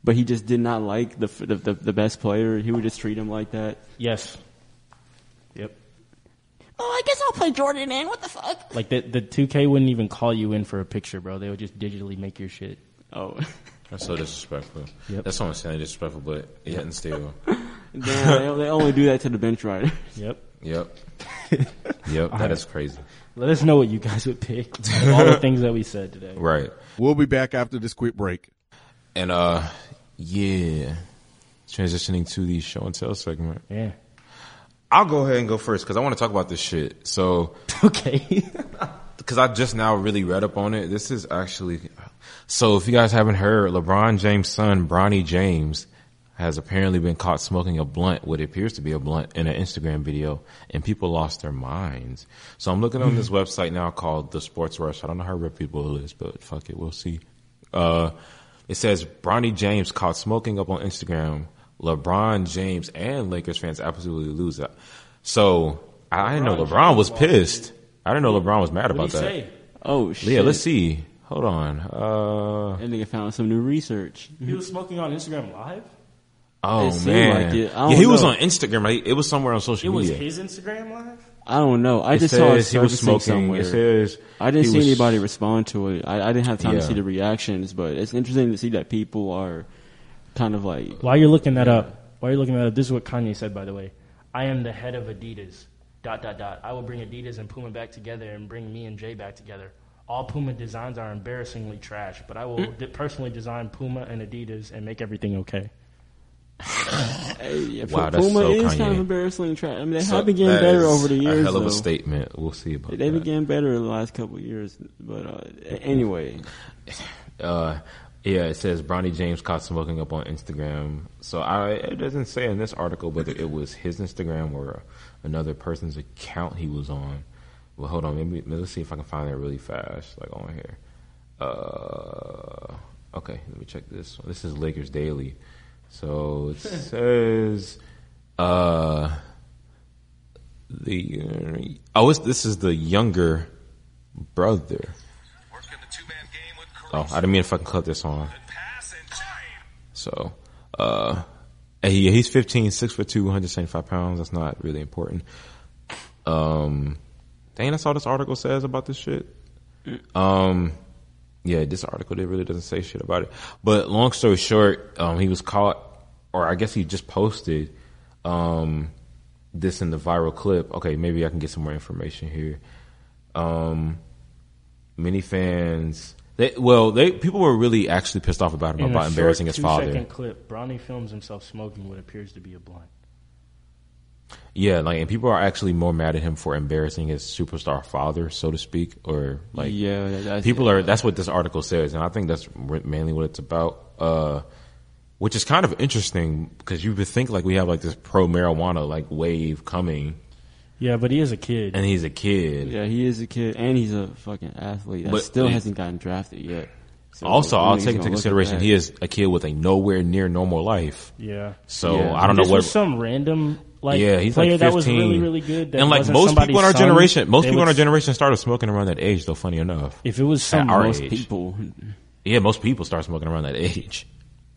Speaker 3: but he just did not like the f- the, the, the best player, he would just treat him like that.
Speaker 1: Yes. Yep.
Speaker 6: Oh, I guess I'll play Jordan in. What the fuck?
Speaker 1: Like the the 2K wouldn't even call you in for a picture, bro. They would just digitally make your shit.
Speaker 3: Oh,
Speaker 2: that's so disrespectful.
Speaker 1: Yep.
Speaker 2: That's what I'm saying disrespectful, but yet and still.
Speaker 3: Damn, they, they only do that to the bench rider.
Speaker 1: Yep.
Speaker 2: Yep. yep. That is crazy.
Speaker 1: Let us know what you guys would pick. of all the things that we said today.
Speaker 2: Right.
Speaker 7: We'll be back after this quick break.
Speaker 2: And uh yeah. Transitioning to the show and tell segment.
Speaker 1: Yeah.
Speaker 2: I'll go ahead and go first because I want to talk about this shit. So
Speaker 1: Okay.
Speaker 2: because I just now really read up on it. This is actually so. If you guys haven't heard, LeBron James' son, Bronny James, has apparently been caught smoking a blunt, what appears to be a blunt, in an Instagram video, and people lost their minds. So I'm looking on this website now called The Sports Rush. I don't know how reputable it is, but fuck it, we'll see. Uh, it says Bronny James caught smoking up on Instagram. LeBron James and Lakers fans absolutely lose it. So I didn't know LeBron was pissed. I didn't know LeBron was mad about that.
Speaker 3: Oh shit!
Speaker 2: Yeah, let's see. Hold on. Uh,
Speaker 3: That nigga found some new research.
Speaker 1: He was smoking on Instagram Live.
Speaker 2: oh
Speaker 3: seemed
Speaker 2: man,
Speaker 3: like it. I don't
Speaker 2: yeah, he was
Speaker 3: know.
Speaker 2: on Instagram. Like, it was somewhere on social media.
Speaker 1: his Instagram Live.
Speaker 3: I don't know. I
Speaker 2: it
Speaker 3: just saw it
Speaker 2: says he was
Speaker 3: surfacing
Speaker 2: smoking.
Speaker 3: somewhere.
Speaker 2: It says
Speaker 3: I didn't
Speaker 2: he
Speaker 3: see
Speaker 2: was-
Speaker 3: anybody respond to it. I, I didn't have time
Speaker 2: Yeah.
Speaker 3: to see the reactions, but it's interesting to see that people are kind of like
Speaker 1: While you're looking that up, while you're looking that up, this is what Kanye said, by the way. I am the head of Adidas. Dot dot dot. I will bring Adidas and Puma back together and bring me and Jay back together. All Puma designs are embarrassingly trash, but I will
Speaker 2: Mm.
Speaker 1: de- personally design Puma and Adidas and make everything okay.
Speaker 3: Yeah,
Speaker 2: Wow,
Speaker 3: Pu-
Speaker 2: that's
Speaker 3: Puma
Speaker 2: so
Speaker 3: is
Speaker 2: Kanye.
Speaker 3: kind of embarrassing. Tra- I mean, they
Speaker 2: So
Speaker 3: have been getting
Speaker 2: that
Speaker 3: better
Speaker 2: is
Speaker 3: over the years.
Speaker 2: A hell of
Speaker 3: though.
Speaker 2: a statement. We'll see about
Speaker 3: They've been
Speaker 2: that.
Speaker 3: getting better in the last couple of years. But uh, anyway,
Speaker 2: Uh, Yeah, it says Bronny James caught smoking up on Instagram. So I it doesn't say in this article whether it was his Instagram or another person's account he was on. Well, hold on, maybe let's see if I can find that really fast, like on here. Uh, okay, let me check this. This is Lakers Daily. So it says, uh, the oh, it's, this is the younger brother. Oh, I didn't mean to fucking cut this on. So, uh, and he, he's 15, 6 foot 2, 175 pounds. That's not really important. Um, dang, that's all this article says about this shit.
Speaker 1: Mm.
Speaker 2: Um, yeah, this article it really doesn't say shit about it. But long story short, um, he was caught, or I guess he just posted, um, this in the viral clip. Okay, maybe I can get some more information here. Um, many fans, they, well, they people were really actually pissed off about him
Speaker 1: In a
Speaker 2: about
Speaker 1: short
Speaker 2: embarrassing his father.
Speaker 1: two-second clip, Bronny films himself smoking what appears to be a blunt.
Speaker 2: Yeah, like and people are actually more mad at him for embarrassing his superstar father, so to speak, or like
Speaker 3: Yeah, that- that's-
Speaker 2: people are. That's what this article says, and I think that's re- mainly what it's about. Uh, which is kind of interesting because you would think like we have like this pro marijuana like wave coming,
Speaker 1: Yeah, but he is a kid.
Speaker 2: and he's a kid.
Speaker 3: Yeah, he is a kid, and he's a fucking athlete that
Speaker 2: But
Speaker 3: still
Speaker 2: they-
Speaker 3: hasn't gotten drafted yet. So
Speaker 2: Also, I'll
Speaker 3: nobody's
Speaker 2: take into
Speaker 3: gonna look at
Speaker 2: consideration
Speaker 3: that.
Speaker 2: he is a kid with a nowhere near normal life.
Speaker 1: yeah.
Speaker 2: So
Speaker 3: Yeah.
Speaker 2: I don't
Speaker 1: This
Speaker 2: know what.
Speaker 1: was some random like
Speaker 2: yeah, he's
Speaker 1: player
Speaker 2: like 15.
Speaker 1: that was really really good. That
Speaker 2: and like
Speaker 1: wasn't
Speaker 2: most people in our
Speaker 1: somebody's son,
Speaker 2: generation, most
Speaker 1: they
Speaker 2: people in
Speaker 1: would-
Speaker 2: our generation started smoking around that age. Though funny enough,
Speaker 1: If it was some
Speaker 2: at our
Speaker 1: most
Speaker 2: age.
Speaker 3: people.
Speaker 2: Yeah, most people start smoking around that age.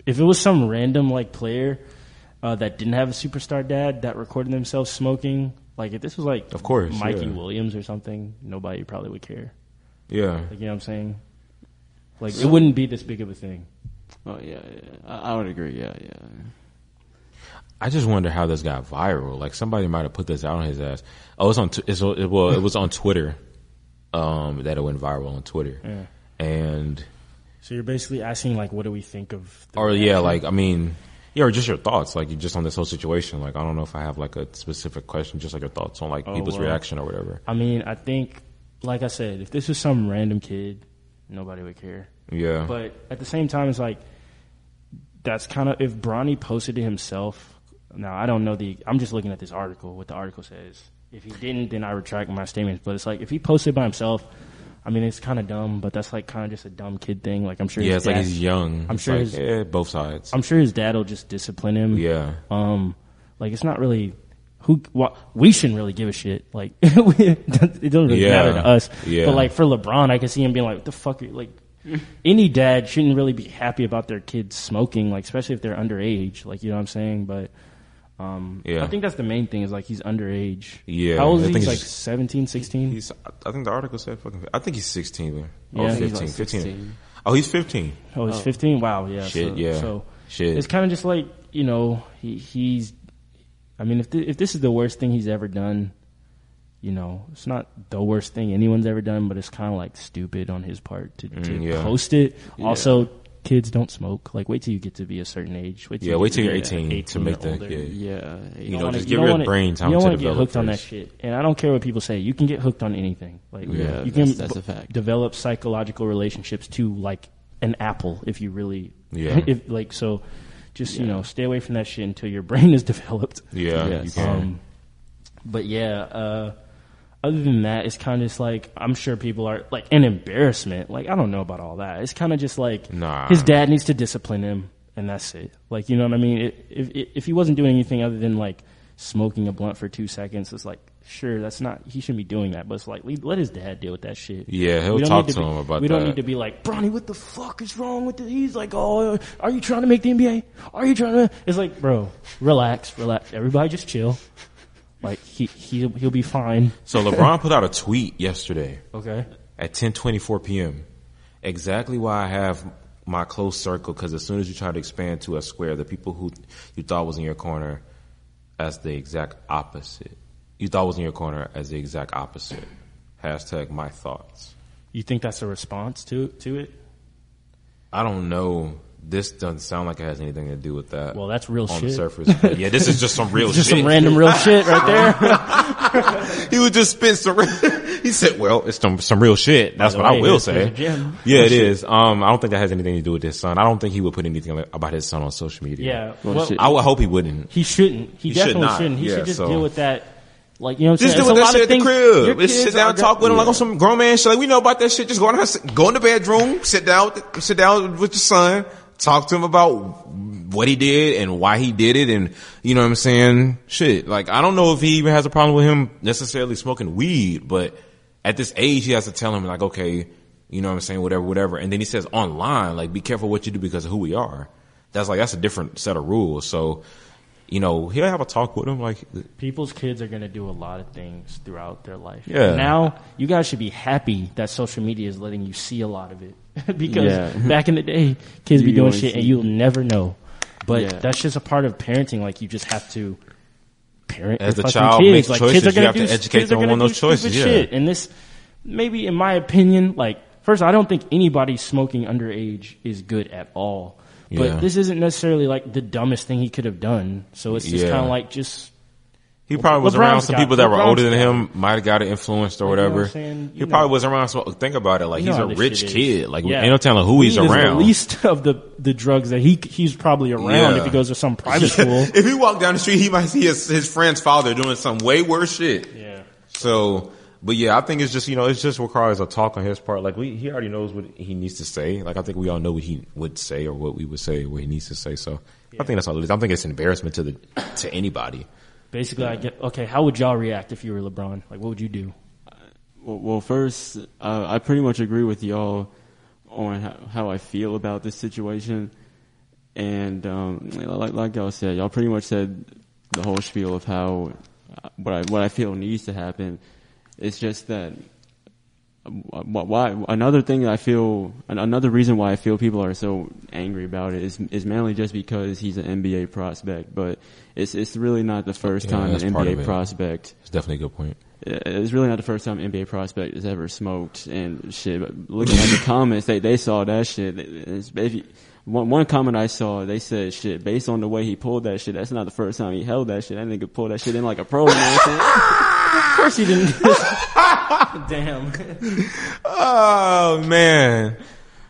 Speaker 1: if it was some random like player uh, that didn't have a superstar dad that recorded themselves smoking, like if this was like
Speaker 2: Of course,
Speaker 1: Mikey
Speaker 2: yeah.
Speaker 1: Williams or something, nobody probably would care.
Speaker 2: Yeah.
Speaker 1: Like you know what I'm saying? Like it wouldn't be this big of a thing.
Speaker 3: Oh yeah, yeah. I, I would agree. Yeah, yeah.
Speaker 2: I just wonder how this got viral. Like somebody might have put this out on his ass. Oh, it's on. Tw- It's, on- it, well, it was on Twitter. Um, that it went viral on Twitter, and
Speaker 1: So you're basically asking like, what do we think of? The
Speaker 2: or yeah, like I mean, yeah, or just your thoughts, like just on this whole situation. Like I don't know if I have like a specific question, just like your thoughts on like people's
Speaker 1: Oh, well.
Speaker 2: reaction or whatever.
Speaker 1: I mean, I think, like I said, if this was some random kid, nobody would care.
Speaker 2: Yeah,
Speaker 1: But at the same time, it's like that's kind of if Bronny posted it himself. Now I don't know the. I'm just looking at this article. What the article says. If he didn't, then I retract my statements. But it's like if he posted by himself. I mean, it's kind of dumb, but that's like kind of just a dumb kid thing. Like I'm sure.
Speaker 2: yeah,
Speaker 1: his
Speaker 2: it's like
Speaker 1: dad-
Speaker 2: he's young.
Speaker 1: I'm
Speaker 2: It's
Speaker 1: sure
Speaker 2: like,
Speaker 1: his-
Speaker 2: eh, both sides.
Speaker 1: I'm sure his dad will just discipline him.
Speaker 2: yeah,
Speaker 1: Um, like it's not really who wha we shouldn't really give a shit. Like we, it doesn't really
Speaker 2: Yeah.
Speaker 1: matter to us.
Speaker 2: Yeah.
Speaker 1: But like for LeBron, I can see him being like, "What the fuck?" Are you, like any dad shouldn't really be happy about their kids smoking, like especially if they're underage. Like you know what I'm saying? But um,
Speaker 2: Yeah.
Speaker 1: I think that's the main thing is like he's underage.
Speaker 2: Yeah,
Speaker 1: How old
Speaker 2: I
Speaker 1: is he?
Speaker 2: think
Speaker 1: He's like
Speaker 2: he's just-
Speaker 1: 17, 16?
Speaker 2: he's. I think the article said fucking. I think he's sixteen.
Speaker 1: Yeah.
Speaker 2: Oh,
Speaker 1: I think he's
Speaker 2: 15,
Speaker 3: like
Speaker 2: 15.
Speaker 3: 16.
Speaker 2: Oh, he's fifteen.
Speaker 1: oh, he's 15. Wow. Yeah.
Speaker 2: Shit,
Speaker 1: so,
Speaker 2: yeah.
Speaker 1: So
Speaker 2: Shit.
Speaker 1: it's kind of just like you know he, he's. I mean, if th- if this is the worst thing he's ever done, you know, it's not the worst thing anyone's ever done, but it's kind of like stupid on his part to, to
Speaker 2: Mm, yeah.
Speaker 1: post it. Also, kids don't smoke. Like, wait till you get to be a certain age. Wait till
Speaker 2: Yeah,
Speaker 1: you
Speaker 2: wait
Speaker 1: get
Speaker 2: till
Speaker 1: to
Speaker 2: you're
Speaker 1: be, uh,
Speaker 2: 18, to make
Speaker 1: or
Speaker 2: that.
Speaker 1: older.
Speaker 2: Yeah,
Speaker 3: Yeah,
Speaker 2: You
Speaker 1: don't
Speaker 2: know,
Speaker 1: wanna-
Speaker 2: just
Speaker 1: you
Speaker 2: give
Speaker 1: don't
Speaker 2: your
Speaker 1: wanna-
Speaker 2: brain time
Speaker 1: You don't
Speaker 2: to
Speaker 1: wanna get
Speaker 2: develop
Speaker 1: hooked on that
Speaker 2: first.
Speaker 1: shit, and I don't care what people say. You can get hooked on anything. Like,
Speaker 3: Yeah,
Speaker 1: you can
Speaker 3: that's- that's
Speaker 1: b-
Speaker 3: a fact.
Speaker 1: develop psychological relationships to like an apple if you really.
Speaker 2: Yeah.
Speaker 1: If like so, just you know, stay away from that shit until your brain is developed.
Speaker 2: Yeah,
Speaker 3: Yes.
Speaker 2: you can.
Speaker 1: Um, but yeah, uh, other than that, it's kind of just like I'm sure people are like an embarrassment. Like I don't know about all that. It's kind of just like
Speaker 2: Nah.
Speaker 1: his dad needs to discipline him, and that's it. Like you know what I mean? It, if if- if he wasn't doing anything other than like smoking a blunt for two seconds, it's like sure that's not he shouldn't be doing that. But it's like le- let his dad deal with that shit.
Speaker 2: Yeah, he'll
Speaker 1: We don't
Speaker 2: talk
Speaker 1: need
Speaker 2: to
Speaker 1: be-
Speaker 2: him about
Speaker 1: We don't
Speaker 2: that.
Speaker 1: need to be like Bronny, what the fuck is wrong with this? He's like, oh, are you trying to make the NBA? Are you trying to? It's like, bro, relax, relax. Everybody just chill. Like he he he'll be fine.
Speaker 2: So LeBron put out a tweet yesterday
Speaker 1: Okay.
Speaker 2: at 10:24 p.m. Exactly why I have my close circle because as soon as you try to expand to a square, the people who you thought was in your corner as the exact opposite. You thought was in your corner as the exact opposite. Hashtag my thoughts.
Speaker 1: You think that's a response to to it?
Speaker 2: I don't know. This doesn't sound like it has anything to do with that.
Speaker 1: Well, that's real
Speaker 2: on
Speaker 1: shit.
Speaker 2: the surface. But yeah, this is just some real
Speaker 1: Just
Speaker 2: shit.
Speaker 1: some random real shit right there.
Speaker 2: he was just spin some.
Speaker 8: he said, "Well, it's some some real shit." That's
Speaker 1: the
Speaker 8: what I
Speaker 1: way,
Speaker 8: will
Speaker 1: it's
Speaker 8: say.
Speaker 1: Mr. Jim.
Speaker 8: Yeah, it is. Um, I don't think that has anything to do with his son. I don't think he would put anything about his son on social media.
Speaker 1: Yeah, well,
Speaker 3: shit.
Speaker 8: I would hope he wouldn't.
Speaker 1: he shouldn't. He,
Speaker 8: He should
Speaker 1: definitely
Speaker 8: not.
Speaker 1: shouldn't. He
Speaker 8: Yeah,
Speaker 1: should just
Speaker 8: so-
Speaker 1: deal with that. Like you know, what I'm
Speaker 8: Just
Speaker 1: saying?
Speaker 8: do
Speaker 1: It's a
Speaker 8: that
Speaker 1: lot
Speaker 8: shit
Speaker 1: of
Speaker 8: at the
Speaker 1: things- your
Speaker 8: crib. Let's sit
Speaker 1: kids
Speaker 8: down,
Speaker 1: are
Speaker 8: and talk with him like on some grown man shit. Like we know about that shit. Just go in, the, go in the bedroom, sit down, with the- sit down with your son, talk to him about what he did and why he did it, and you know what I'm saying. Shit. Like I don't know if he even has a problem with him necessarily smoking weed, but at this age, he has to tell him like, okay, you know what I'm saying, whatever, whatever. And then he says online, like, be careful what you do because of who we are. That's like that's a different set of rules. So. You know, he'll have a talk with him. Like,
Speaker 1: People's kids are going to do a lot of things throughout their life.
Speaker 8: Yeah.
Speaker 1: Now, you guys should be happy that social media is letting you see a lot of it. because
Speaker 3: Yeah.
Speaker 1: back in the day, kids be
Speaker 3: You
Speaker 1: doing
Speaker 3: only
Speaker 1: shit and
Speaker 3: see-
Speaker 1: you'll never know. But
Speaker 3: Yeah.
Speaker 1: that's just a part of parenting. Like, you just have to parent
Speaker 2: As
Speaker 1: your
Speaker 2: the
Speaker 1: fucking
Speaker 2: child
Speaker 1: kids.
Speaker 2: makes
Speaker 1: like,
Speaker 2: choices,
Speaker 1: kids are
Speaker 2: you
Speaker 1: gonna
Speaker 2: have
Speaker 1: do,
Speaker 2: to educate
Speaker 1: kids are
Speaker 2: them
Speaker 1: gonna
Speaker 2: on
Speaker 1: do
Speaker 2: those choices,
Speaker 1: stupid
Speaker 2: yeah.
Speaker 1: Shit. And this, maybe in my opinion, like, first, I don't think anybody smoking underage is good at all. But
Speaker 2: Yeah.
Speaker 1: this isn't necessarily like the dumbest thing he could have done. So it's just
Speaker 2: Yeah.
Speaker 1: kind of like just
Speaker 2: He probably was
Speaker 1: LeBron's
Speaker 2: around some
Speaker 1: got-
Speaker 2: people that were
Speaker 1: LeBron's
Speaker 2: older than him, might have got it influenced or
Speaker 1: You know what
Speaker 2: whatever.
Speaker 1: I'm saying?
Speaker 2: he
Speaker 1: You
Speaker 2: probably
Speaker 1: know.
Speaker 2: was around some, think about it, like
Speaker 1: You
Speaker 2: he's
Speaker 1: know
Speaker 2: a
Speaker 1: how this
Speaker 2: rich
Speaker 1: shit is.
Speaker 2: kid. Like,
Speaker 1: Yeah.
Speaker 2: ain't no telling who he's
Speaker 1: Weed is
Speaker 2: around.
Speaker 1: the least of the, the drugs that he he's probably around
Speaker 2: Yeah.
Speaker 1: if he goes to some private school.
Speaker 8: if he walked down the street, he might see his, his friend's father doing some way worse shit.
Speaker 1: Yeah.
Speaker 2: So, but yeah, I think it's just you know, it just requires a talk on his part. Like we, he already knows what he needs to say. Like I think we all know what he would say or what we would say, what he needs to say. So I think that's all. It is. I think it's an embarrassment to the to anybody.
Speaker 1: Basically, I get okay. How would y'all react if you were LeBron? Like, what would you do?
Speaker 3: Well, well first, uh, I pretty much agree with y'all on how, how I feel about this situation. And um, like, like y'all said, y'all pretty much said the whole spiel of how uh, what I, what I feel needs to happen. It's just that um, wh- why another thing that I feel an- another reason why I feel people are so angry about it is is mainly just because he's an NBA prospect, but it's it's really not the first
Speaker 2: Yeah,
Speaker 3: time an
Speaker 2: that's part of
Speaker 3: NBA
Speaker 2: it.
Speaker 3: prospect
Speaker 2: It's definitely a good point.
Speaker 3: Uh, it's really not the first time NBA prospect has ever smoked and shit. But looking at the comments, they they saw that shit. It's, if you- one one comment I saw, they said shit based on the way he pulled that shit. That's not the first time he held that shit. That nigga pulled that shit in like a pro. You know what I'm saying?
Speaker 1: Of course, he didn't. Damn.
Speaker 2: Oh man.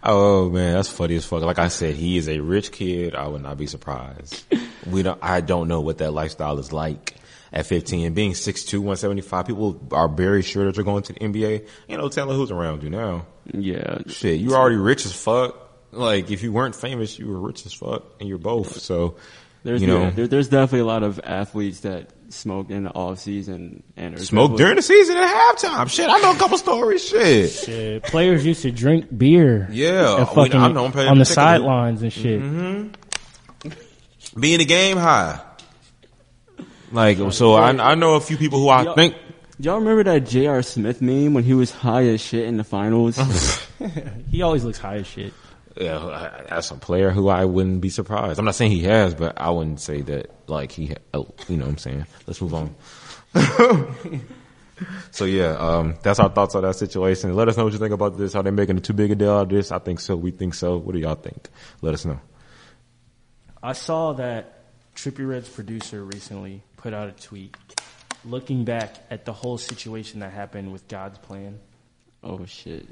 Speaker 2: Oh man, that's funny as fuck. Like I said, he is a rich kid. I would not be surprised. We don't. I don't know what that lifestyle is like at 15. And being 6'2", 175, people are very sure that you're going to the NBA. You know, telling who's around you now.
Speaker 3: yeah,
Speaker 2: Shit, you're already rich as fuck. Like if you weren't famous, you were rich as fuck, and you're both. So,
Speaker 3: there's
Speaker 2: you know,
Speaker 3: yeah, there, there's definitely a lot of athletes that smoke in the off season and are
Speaker 2: smoke
Speaker 3: definitely-
Speaker 2: during the season at halftime. Shit, I know a couple stories. Shit.
Speaker 1: Shit. Players used to drink beer.
Speaker 2: Yeah,
Speaker 1: and
Speaker 2: we-
Speaker 1: fucking
Speaker 2: I know, I'm paying
Speaker 1: on the
Speaker 2: particular-
Speaker 1: sidelines and shit.
Speaker 2: Mm-hmm. being a game high. Like so, I I know a few people who I
Speaker 3: Yo-
Speaker 2: think
Speaker 3: Y'all remember that J.R. Smith meme when he was high as shit in the finals?
Speaker 1: He always looks high as shit.
Speaker 2: yeah, that's a player who I wouldn't be surprised. I'm not saying he has, but I wouldn't say that like he. ha- oh, You know what I'm saying? Let's move on. so yeah, um, that's our thoughts on that situation. Let us know what you think about this. Are they making it too big a deal out of this? I think so. We think so. What do y'all think? Let us know.
Speaker 1: I saw that Trippy Red's producer recently put out a tweet looking back at the whole situation that happened with God's plan.
Speaker 3: oh shit.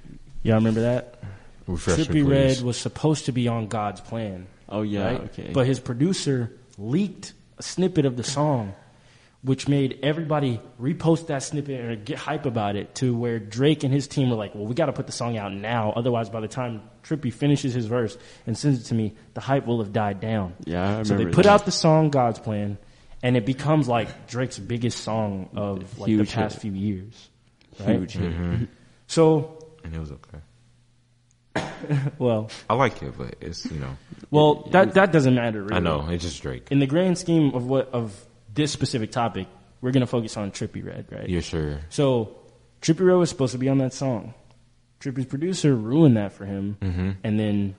Speaker 1: Y'all remember that?
Speaker 2: Refresh me,
Speaker 1: Trippy
Speaker 2: please.
Speaker 1: Red was supposed to be on God's plan.
Speaker 3: Oh, yeah,
Speaker 1: right?
Speaker 3: okay.
Speaker 1: But his producer leaked a snippet of the song, which made everybody repost that snippet or get hype about it to where Drake and his team were like, well, we got to put the song out now. Otherwise, by the time Trippy finishes his verse and sends it to me, the hype will have died down.
Speaker 3: Yeah, I
Speaker 1: So they
Speaker 3: remember
Speaker 1: put
Speaker 3: that.
Speaker 1: out the song God's Plan, and it becomes like Drake's biggest song of like
Speaker 3: Huge
Speaker 1: the past
Speaker 3: hit.
Speaker 1: few years. Right?
Speaker 3: Huge.
Speaker 1: So,
Speaker 2: and it was okay.
Speaker 1: well,
Speaker 2: I like it, but it's you know
Speaker 1: well, that that doesn't matter. Really.
Speaker 2: I know it's just Drake.
Speaker 1: in the grand scheme of what of this specific topic, we're gonna focus on Trippy Red, right?
Speaker 2: Yeah, sure.
Speaker 1: So Trippy Red was supposed to be on that song. Trippy's producer ruined that for him,
Speaker 2: Mm-hmm.
Speaker 1: and then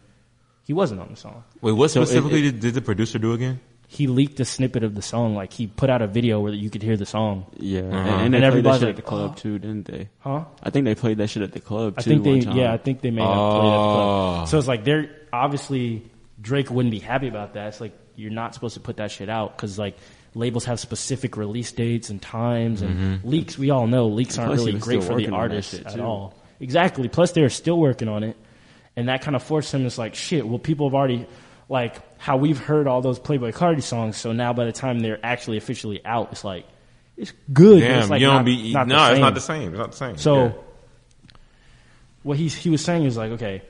Speaker 1: he wasn't on the song.
Speaker 2: Wait, what
Speaker 3: So it-
Speaker 2: specifically did, did the producer do again?
Speaker 1: He leaked a snippet of the song, like he put out a video where you could hear the song.
Speaker 3: Yeah, and,
Speaker 1: Uh-huh. And
Speaker 3: and they played that
Speaker 1: everybody's
Speaker 3: shit
Speaker 1: like,
Speaker 3: at the club
Speaker 1: "Oh."
Speaker 3: too, didn't they?
Speaker 1: Huh?
Speaker 3: I think they played that shit at the club
Speaker 1: I
Speaker 3: too.
Speaker 1: think they,
Speaker 3: one time.
Speaker 1: yeah, I think they may have played at the
Speaker 2: Oh.
Speaker 1: club. So it's like they're obviously Drake wouldn't be happy about that. It's like you're not supposed to put that shit out because like labels have specific release dates and times and leaks. We all know leaks aren't
Speaker 3: Mm-hmm. Plus, he
Speaker 1: really
Speaker 3: was
Speaker 1: great
Speaker 3: still
Speaker 1: for the
Speaker 3: working on that
Speaker 1: artist
Speaker 3: shit,
Speaker 1: at
Speaker 3: too.
Speaker 1: all. Exactly. Plus, they were still working on it, and that kind of forced him. It's like shit. Well, people have already like how we've heard all those Playboy Cardi songs. So now, by the time they're actually officially out, it's like it's good. but
Speaker 2: Damn,
Speaker 1: it's like
Speaker 2: you don't
Speaker 1: not-
Speaker 2: be.
Speaker 1: not the
Speaker 2: no, it's
Speaker 1: same.
Speaker 2: not the same. It's not the same.
Speaker 1: So
Speaker 2: Yeah.
Speaker 1: what he he was saying is like, okay,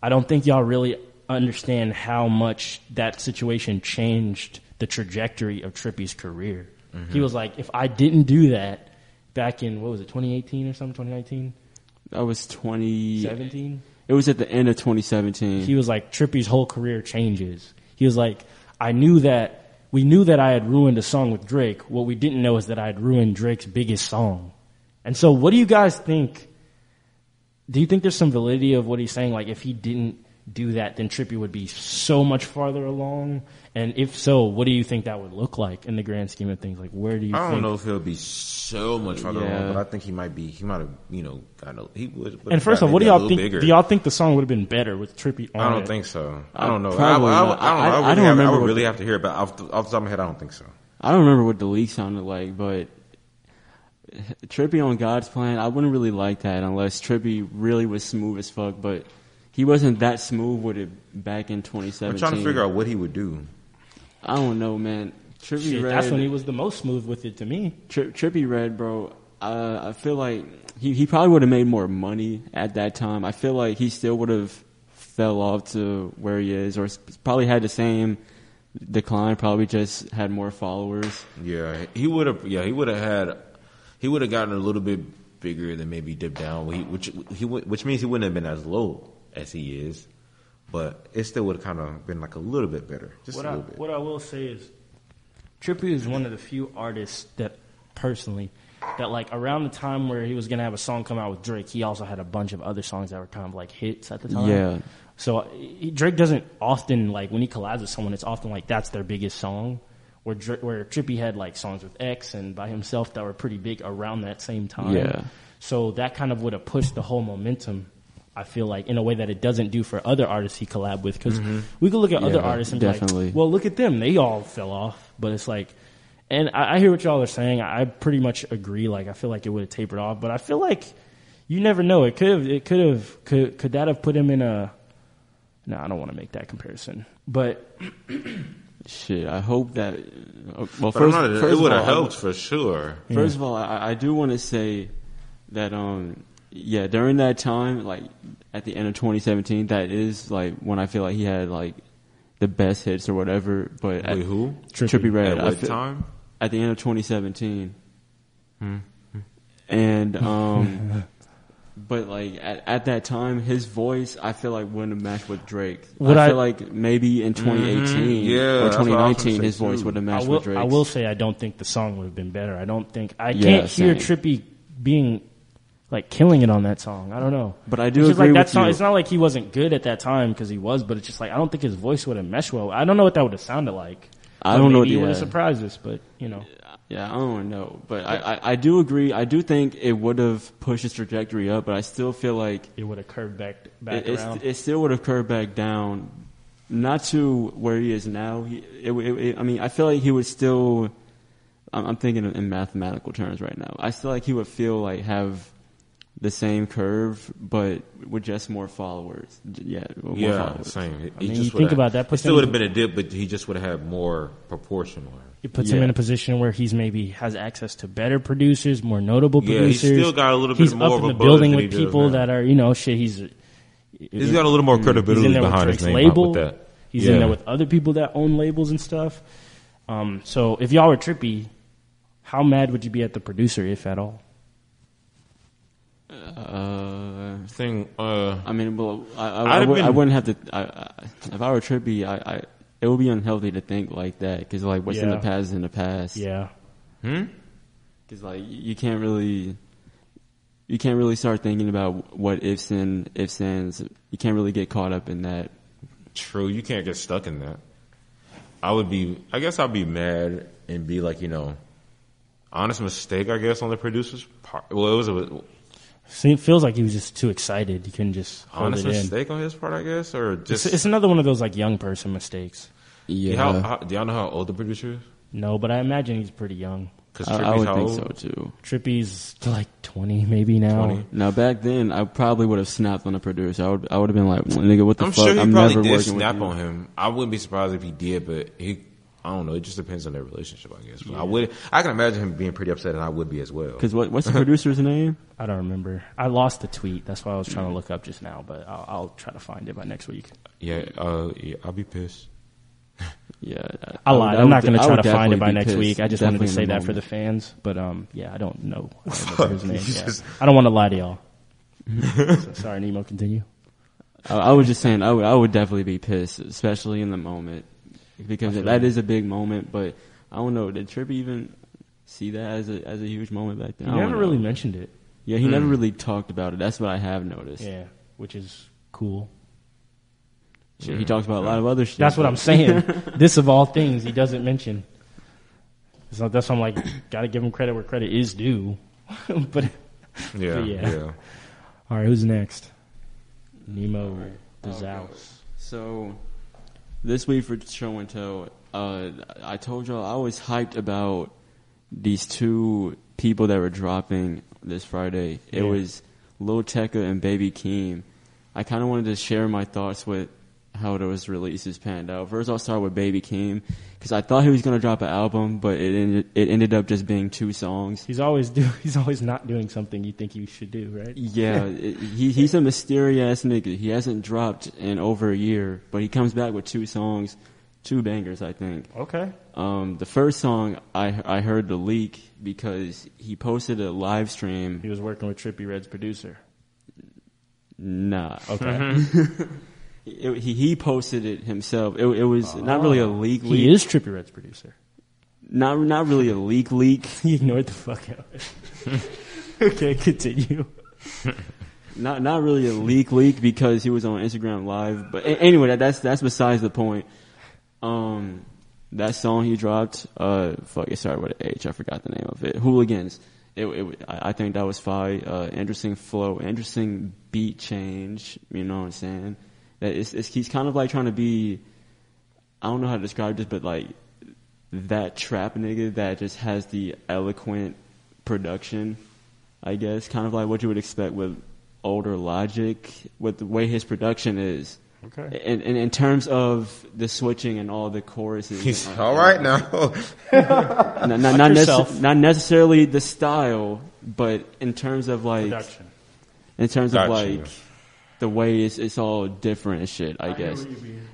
Speaker 1: I don't think y'all really understand how much that situation changed the trajectory of Trippy's career. He was like, if I didn't do that back in what was it, 2018 or something, 2019,
Speaker 3: That was 20.
Speaker 1: 17,
Speaker 3: It was at the end of 2017.
Speaker 1: he was like, Trippy's whole career changes. He was like, I knew that. We knew that I had ruined a song with Drake. What we didn't know is that I had ruined Drake's biggest song. And so, what do you guys think? Do you think there's some validity of what he's saying? Like, if he didn't do that, then Trippy would be so much farther along. And if so, what do you think that would look like in the grand scheme of things? Like, where do you?
Speaker 8: I don't
Speaker 1: think,
Speaker 8: know if he'll be so much farther
Speaker 3: Yeah.
Speaker 8: along, but I think he might be. He might have, you know, got a, he would.
Speaker 1: And first off, what do y'all think? Do y'all think the song would have been better with Trippy on
Speaker 8: I don't
Speaker 1: it?
Speaker 8: think so. I don't know. I, I,
Speaker 3: probably
Speaker 8: I,
Speaker 3: not.
Speaker 8: I don't know.
Speaker 3: I- I
Speaker 8: I,
Speaker 3: don't
Speaker 8: don't have, I
Speaker 3: remember
Speaker 8: would
Speaker 3: what
Speaker 8: really
Speaker 3: the-
Speaker 8: have to hear about off the, off the top of my head. I don't think so.
Speaker 3: I don't remember what the leak sounded like, but Trippy on God's plan, I wouldn't really like that unless Trippy really was smooth as fuck, but he wasn't that smooth with it back in 2017.
Speaker 8: I'm trying to figure out what he would do.
Speaker 3: I don't know, man. Trippy
Speaker 1: Shit,
Speaker 3: Red,
Speaker 1: that's when he was the most smooth with it to me.
Speaker 3: Tri- Trippy Red, bro. Uh, I feel like he, he probably would have made more money at that time. I feel like he still would have fell off to where he is, or s- probably had the same decline. Probably just had more followers.
Speaker 8: Yeah, he would have. Yeah, he would have had. He would have gotten a little bit bigger than maybe dip down, he- which he would- which means he wouldn't have been as low as he is, but it still would have kind of been like a little bit better, just
Speaker 1: what
Speaker 8: a
Speaker 1: I,
Speaker 8: little bit.
Speaker 1: what I will say is, Trippie is one of the few artists that, personally, that like around the time where he was gonna have a song come out with Drake, he also had a bunch of other songs that were kind of like hits at the time.
Speaker 3: Yeah.
Speaker 1: So uh, he, Drake doesn't often like when he collides with someone, it's often like that's their biggest song. Where Dra where Trippie had like songs with X and by himself that were pretty big around that same time.
Speaker 3: Yeah.
Speaker 1: So that kind of would have pushed the whole momentum. I feel like in a way that it doesn't do for other artists he collab with because
Speaker 3: Mm-hmm.
Speaker 1: we could look at other
Speaker 3: Yeah,
Speaker 1: artists and be
Speaker 3: definitely.
Speaker 1: like, well, look at them. They all fell off. But it's like, and I, I hear what y'all are saying. I pretty much agree. Like, I feel like it would have tapered off, but I feel like you never know. It could have, it could have, could, could that have put him in a, no, I don't want to make that comparison, but
Speaker 3: Shit, I hope that. uh, Well,
Speaker 8: But I'm
Speaker 3: first,
Speaker 8: not,
Speaker 3: first
Speaker 8: it
Speaker 3: of
Speaker 8: would
Speaker 3: all,
Speaker 8: have
Speaker 3: I-
Speaker 8: helped for sure.
Speaker 3: First of all, I, I do want to say that, um, yeah, during that time, like at the end of 2017, that is like when I feel like he had like the best hits or whatever. But at,
Speaker 8: Wait, who?
Speaker 3: Trippy, Red.
Speaker 8: At
Speaker 3: I
Speaker 8: what
Speaker 3: feel-
Speaker 8: time? Hmm.
Speaker 3: At the end of 2017. And um, but like at, at that time, his voice I feel like wouldn't have matched with Drake.
Speaker 1: Would I-
Speaker 3: I feel like maybe in 2018
Speaker 8: Mhm, Mm-hmm. yeah,
Speaker 3: or
Speaker 8: that's what I was gonna
Speaker 3: 2019,
Speaker 8: say,
Speaker 3: his voice
Speaker 8: too.
Speaker 3: would have
Speaker 1: I
Speaker 3: matched with
Speaker 1: will,
Speaker 3: Drake.
Speaker 1: I will say I don't think the song would have been better. I don't think, I
Speaker 3: Yeah,
Speaker 1: can't hear
Speaker 3: same.
Speaker 1: Trippy being like killing it on that song. I don't know.
Speaker 3: But I do
Speaker 1: It's just
Speaker 3: agree
Speaker 1: like
Speaker 3: with
Speaker 1: that's not,
Speaker 3: you.
Speaker 1: It's not like he wasn't good at that time because he was, but it's just like I don't think his voice would have meshed well. I don't know what that would have sounded like.
Speaker 3: I
Speaker 1: But
Speaker 3: don't know
Speaker 1: Maybe
Speaker 3: the-
Speaker 1: it would have
Speaker 3: yeah.
Speaker 1: surprised us, but you know,
Speaker 3: Yeah, I don't know, but I, I, I do agree. I do think it would have pushed his trajectory up, but I still feel like
Speaker 1: it would have curved back back
Speaker 3: it, it's-
Speaker 1: around.
Speaker 3: it still would have curved back down, not to where he is now. He, it, it, it- I mean, I feel like he would still. I'm, I'm thinking in mathematical terms right now. I feel like he would feel like have the same curve, but with just more followers. J- Yeah, more
Speaker 8: Yeah,
Speaker 3: followers.
Speaker 8: same. He- he
Speaker 1: mean,
Speaker 8: just
Speaker 1: you think
Speaker 8: would've-
Speaker 1: about that
Speaker 8: It still would have
Speaker 1: percentage-
Speaker 8: been a dip, but he just would have had more proportion on it.
Speaker 1: it puts
Speaker 3: yeah.
Speaker 1: him in a position where he's maybe has access to better producers, more notable
Speaker 8: Yeah,
Speaker 1: producers.
Speaker 8: he's still got a little bit
Speaker 1: He's
Speaker 8: more
Speaker 1: up
Speaker 8: of
Speaker 1: in
Speaker 8: a
Speaker 1: the
Speaker 8: buzz
Speaker 1: building
Speaker 8: than
Speaker 1: with
Speaker 8: he does
Speaker 1: people
Speaker 8: now.
Speaker 1: that are you know shit. He's
Speaker 8: Mm. He's got a little more
Speaker 1: he's
Speaker 8: credibility
Speaker 1: in there with
Speaker 8: behind
Speaker 1: Drake's
Speaker 8: his name
Speaker 1: label.
Speaker 8: with that.
Speaker 1: He's
Speaker 8: Yeah.
Speaker 1: in there with other people that own labels and stuff. Um, so if y'all were trippy, how mad would you be at the producer if at all?
Speaker 3: Uh,
Speaker 8: thing. Uh,
Speaker 3: I mean, well, I, I,
Speaker 8: I'd
Speaker 3: I,
Speaker 8: have
Speaker 3: would,
Speaker 8: been-
Speaker 3: I wouldn't have to. I, I, if I were Trippy, I, I it would be unhealthy to think like that because like what's in the
Speaker 1: Yeah.
Speaker 3: past is in the past.
Speaker 1: Yeah.
Speaker 3: because like you can't really, you can't really start thinking about what ifs and ifs ands. You can't really get caught up in that.
Speaker 8: True, you can't get stuck in that. I would be, I guess I'd be mad and be like, you know, honest mistake, I guess, on the producer's part. Well, it was a
Speaker 1: See, it feels like he was just too excited. He couldn't just hold
Speaker 8: honest
Speaker 1: it
Speaker 8: mistake on his part, I guess, or
Speaker 1: in. It's,
Speaker 8: just.
Speaker 1: it's another one of those like young person mistakes.
Speaker 3: Yeah,
Speaker 8: how, how, do y'all know how old the producer is?
Speaker 1: No, but I imagine he's pretty young.
Speaker 8: Because
Speaker 3: I, I would think so too.
Speaker 1: Trippy's like 20 maybe now.
Speaker 3: Now back then, I probably would have snapped on the producer. I would, I would have been like, "Nigga, what the
Speaker 8: I'm
Speaker 3: fuck?
Speaker 8: sure he
Speaker 3: I'm
Speaker 8: probably
Speaker 3: never
Speaker 8: did
Speaker 3: working
Speaker 8: snap
Speaker 3: with you."
Speaker 8: on him. I wouldn't be surprised if he did, but he. I don't know. It just depends on their relationship, I guess. But I would. I can imagine him being pretty upset, and I would be as well.
Speaker 3: Because what, what's the producer's name?
Speaker 1: I don't remember. I lost the tweet. That's why I was trying to look up just now, but I'll, I'll try to find it by next week.
Speaker 2: Yeah, uh, yeah, I'll be pissed.
Speaker 3: Yeah,
Speaker 1: I
Speaker 3: would-
Speaker 1: lied.
Speaker 3: I
Speaker 1: I'm
Speaker 3: would
Speaker 1: not
Speaker 3: de-
Speaker 1: going to
Speaker 3: I
Speaker 1: try
Speaker 3: would
Speaker 1: to find it by
Speaker 3: definitely be
Speaker 1: next
Speaker 3: pissed.
Speaker 1: week. I just wanted to
Speaker 3: Definitely
Speaker 1: say
Speaker 3: in the
Speaker 1: that for the
Speaker 3: moment.
Speaker 1: fans, but um, yeah, I don't know. I don't remember his name.
Speaker 8: You
Speaker 1: Yeah.
Speaker 8: just-
Speaker 1: I don't want to lie to y'all. So, sorry, Nemo. Continue.
Speaker 3: I, I was just saying, I would, I would definitely be pissed, especially in the moment, because that is a big moment. But I don't know. Did Trippy even see that as a as a huge moment back then?
Speaker 1: You
Speaker 3: I don't
Speaker 1: never
Speaker 3: know.
Speaker 1: really mentioned it.
Speaker 3: Yeah, he never really talked about it. That's what I have noticed.
Speaker 1: Yeah, which is cool.
Speaker 3: Shit, He talks about a lot of other shit.
Speaker 1: That's what
Speaker 3: but-
Speaker 1: I'm saying. this of all things, he doesn't mention. So that's why I'm like, gotta give him credit where credit is due. but
Speaker 2: Yeah,
Speaker 1: Yeah.
Speaker 2: yeah.
Speaker 1: all right, who's next? Nemo the Zouse.
Speaker 3: So, this week for Show and Tell, uh, I told y'all I was hyped about these two people that were dropping this Friday. It
Speaker 1: Yeah.
Speaker 3: was Lil Tecca and Baby Keem. I kind of wanted to share my thoughts with how those releases panned out. First, I'll start with Baby Keem because I thought he was gonna drop an album, but it ended, it ended up just being two songs.
Speaker 1: He's always do. He's always not doing something you think you should do, right?
Speaker 3: Yeah, it, he, he's a mysterious nigga. He hasn't dropped in over a year, but he comes back with two songs, two bangers, I think.
Speaker 1: Okay.
Speaker 3: Um, the first song I I heard the leak because he posted a live stream.
Speaker 1: He was working with Trippy Red's producer.
Speaker 3: Nah,
Speaker 1: Okay.
Speaker 3: it, he he posted it himself. It, it was not really a leak. leak.
Speaker 1: he is Trippy Red's producer.
Speaker 3: not not really a leak. Leak.
Speaker 1: He ignored the fuck out. okay, continue.
Speaker 3: not not really a leak leak because he was on Instagram Live. But a- anyway, that, that's that's besides the point. Um, that song he dropped, uh, fuck, it started with an H. I forgot the name of it. Hooligans. It, it, I I think that was fine. Uh, interesting flow, interesting beat change. You know what I'm saying? That It's, it's, he's kind of like trying to be. I don't know how to describe this, but like that trap nigga that just has the eloquent production, I guess, kind of like what you would expect with older Logic, with the way his production is.
Speaker 1: Okay.
Speaker 3: And, and in terms of the switching and all the choruses,
Speaker 8: He's
Speaker 3: and
Speaker 8: all
Speaker 3: all-
Speaker 8: right now.
Speaker 3: not, not, not,
Speaker 1: yourself.
Speaker 3: necess- not necessarily the style, but in terms of like,
Speaker 1: Production.
Speaker 3: in terms of
Speaker 8: Gotcha.
Speaker 3: like the way it's, it's all different and shit, I, guess.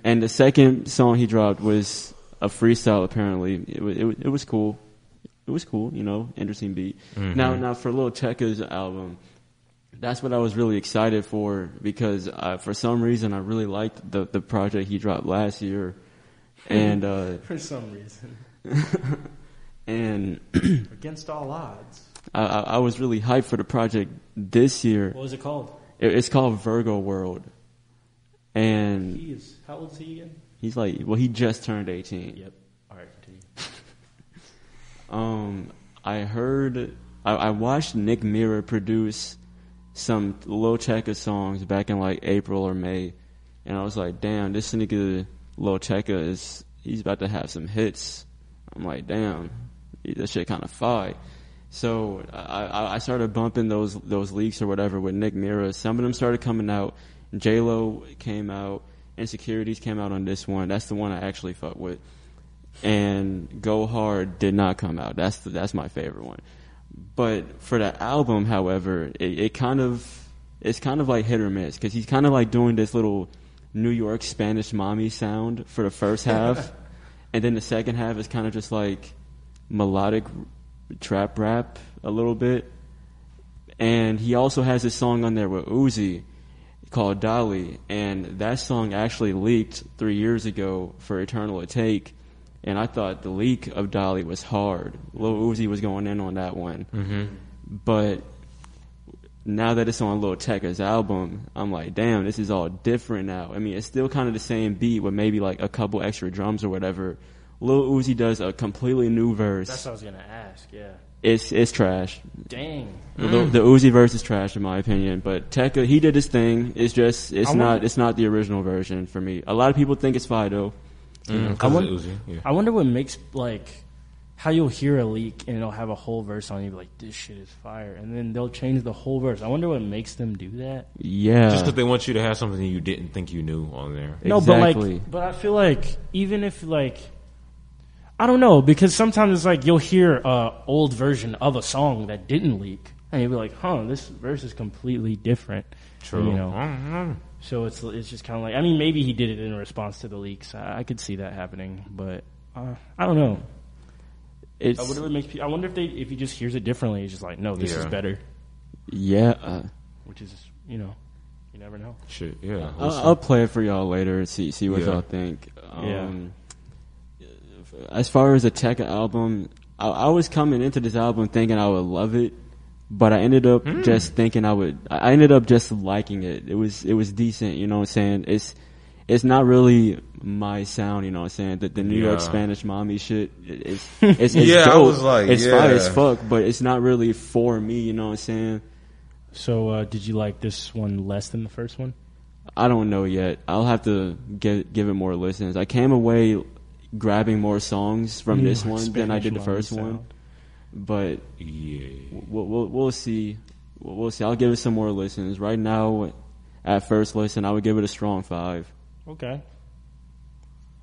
Speaker 3: And the second song he dropped was a freestyle. Apparently, it was it, wa- it was cool. It was cool, you know, interesting beat. Now, now for Lil Tecca's album, that's what I was really excited for because I, for some reason I really liked the the project he dropped last year, and uh,
Speaker 1: For some reason,
Speaker 3: and
Speaker 1: against all odds.
Speaker 3: I, I I was really hyped for the project this year.
Speaker 1: What was it called?
Speaker 3: It- It's called Virgo World, and
Speaker 1: He is. How old is he again?
Speaker 3: He's like, well, he just turned 18.
Speaker 1: Yep. All right, continue.
Speaker 3: Um, I heard, I, I watched Nick Mirror produce some Lil Checka songs back in like April or May, and I was like, damn, this nigga Lil Checka is, he's about to have some hits. I'm like, damn, that shit kind of fire. So I, I- I started bumping those those leaks or whatever with Nick Mira. Some of them started coming out. J Lo came out. Insecurities came out on this one. That's the one I actually fuck with. And Go Hard did not come out. That's the, that's my favorite one. But for the album, however, it, it kind of it's kind of like hit or miss because he's kind of like doing this little New York Spanish mommy sound for the first half, and then the second half is kind of just like melodic r- trap rap a little bit. And he also has this song on there with Uzi called Dolly. And that song actually leaked three years ago for Eternal It Take. And I thought the leak of Dolly was hard. Lil Uzi was going in on that one. Mm-hmm. But now that it's on Lil Tecca's album, I'm like, damn, this is all different now. I mean, it's still kind of the same beat with maybe like a couple extra drums or whatever. Lil Uzi does a completely new verse
Speaker 1: That's what I was gonna ask. Yeah.
Speaker 3: it's it's trash.
Speaker 1: Dang.
Speaker 3: The, the Uzi verse is trash in my opinion, but Tekka he did his thing. It's just it's
Speaker 1: I
Speaker 3: not
Speaker 1: wonder-
Speaker 3: it's not the original version for me. A lot of people think it's Fido.
Speaker 2: Mm, 'cause
Speaker 1: I want-
Speaker 3: Uh,
Speaker 2: of Uzi, yeah.
Speaker 1: I wonder what makes like how you'll hear a leak and it'll have a whole verse on you be like this shit is fire and then they'll change the whole verse. I wonder what makes them do that.
Speaker 3: Yeah.
Speaker 2: Just because they want you to have something you didn't think you knew on there.
Speaker 1: No, but
Speaker 3: Exactly.
Speaker 1: like, but I feel like even if like, I don't know because sometimes it's like you'll hear a old version of a song that didn't leak, and you'll be like, "Huh, this verse is completely different." True. You know,
Speaker 8: Mm-hmm.
Speaker 2: Mhm.
Speaker 1: so it's it's just kind of like I mean maybe he did it in response to the leaks. I, I could see that happening, but uh, I don't know.
Speaker 3: It's,
Speaker 1: I wonder what makes. pe- I wonder if they if he just hears it differently, he's just like, "No, this is
Speaker 2: Yeah.
Speaker 1: better,"
Speaker 3: yeah. uh,
Speaker 1: which is you know, you never know.
Speaker 2: Shit, yeah.
Speaker 3: I'll, I'll play it for y'all later. and See see what
Speaker 2: Yeah.
Speaker 3: y'all think.
Speaker 1: Yeah.
Speaker 3: Um, As far as the Tech album, I, I was coming into this album thinking I would love it, but I ended up
Speaker 2: Hmm.
Speaker 3: just thinking I would. I I ended up just liking it. It was it was decent. You know what I'm saying? It's it's not really my sound. You know what I'm saying? The, the New York
Speaker 2: Yeah.
Speaker 3: Spanish mommy shit. It, it's it's, it's
Speaker 8: Yeah, I
Speaker 3: dope.
Speaker 8: was like,
Speaker 3: it's fire
Speaker 8: yeah.
Speaker 3: as fuck, but it's not really for me. You know what I'm saying?
Speaker 1: So uh, did you like this one less than the first one?
Speaker 3: I don't know yet. I'll have to get, give it more listens. I came away grabbing more songs
Speaker 1: New
Speaker 3: from Mm-hmm. this
Speaker 1: York
Speaker 3: one than I
Speaker 1: Spanish
Speaker 3: did the
Speaker 1: mommy
Speaker 3: first one,
Speaker 1: sound.
Speaker 3: but
Speaker 2: yeah.
Speaker 3: we'll, we'll we'll see. We'll we'll see. I'll give it some more listens. Right now, at first listen, I would give it a strong five.
Speaker 1: Okay.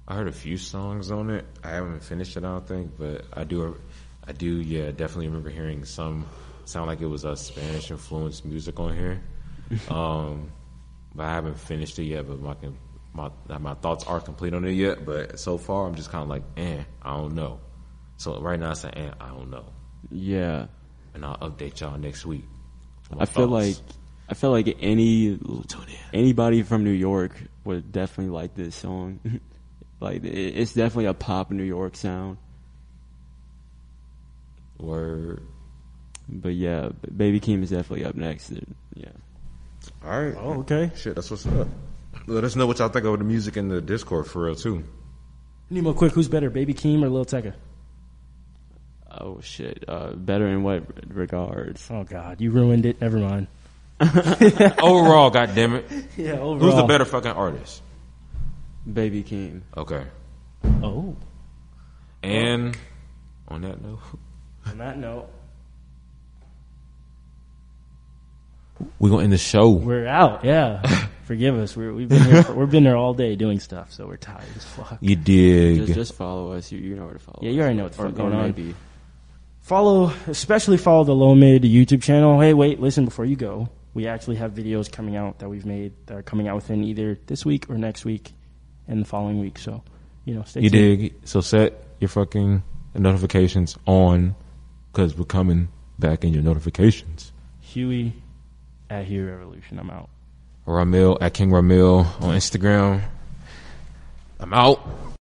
Speaker 2: I heard a few songs on it. I haven't finished it, I don't think, but I do, I do, yeah, definitely remember hearing some sound like it was a Spanish influenced music on here. Um, but I haven't finished it yet. But my con- my my thoughts are complete on it yet. But so far, I'm just kind of like, eh, I don't know. So right now, I say, eh, I don't know,
Speaker 3: Yeah,
Speaker 2: and I'll update y'all next week.
Speaker 3: I feel like I feel like any anybody from New York would definitely like this song. like it, it's definitely a pop New York sound.
Speaker 2: word.
Speaker 3: But yeah, Baby Keem is definitely up next. Yeah.
Speaker 8: All right.
Speaker 1: Oh, okay.
Speaker 8: Shit, that's what's up. Let us know what y'all think of the music in the Discord for real too.
Speaker 1: Nemo, quick, who's better, Baby Keem or Lil Tecca?
Speaker 3: Oh shit! Uh, better in what regards?
Speaker 1: Oh God, you ruined it. Never mind.
Speaker 2: Overall, goddamn it,
Speaker 1: Yeah, overall.
Speaker 2: who's the better fucking artist?
Speaker 3: Baby King.
Speaker 2: Okay,
Speaker 1: Oh,
Speaker 2: and on that note.
Speaker 1: on that note,
Speaker 2: We're gonna end the show.
Speaker 1: we're out. Yeah, forgive us. We're, we've been here for, we've been there all day doing stuff, so we're tired as fuck.
Speaker 2: You dig.
Speaker 3: Just, just follow us. You, you know where to follow.
Speaker 1: Yeah,
Speaker 3: us.
Speaker 1: you already know what the
Speaker 3: Or-
Speaker 1: fuck
Speaker 3: or
Speaker 1: going on.
Speaker 3: maybe.
Speaker 1: Follow, especially follow the Low Mid YouTube channel. Hey, wait, listen before you go. We actually have videos coming out that we've made that are coming out within either this week or next week, and the following week. So, you know, stay
Speaker 2: you
Speaker 1: tuned.
Speaker 2: dig. So set your fucking notifications on because we're coming back in your notifications.
Speaker 1: Huey at Huey Revolution. I'm out.
Speaker 2: Ramil at King Ramil on Instagram. I'm out.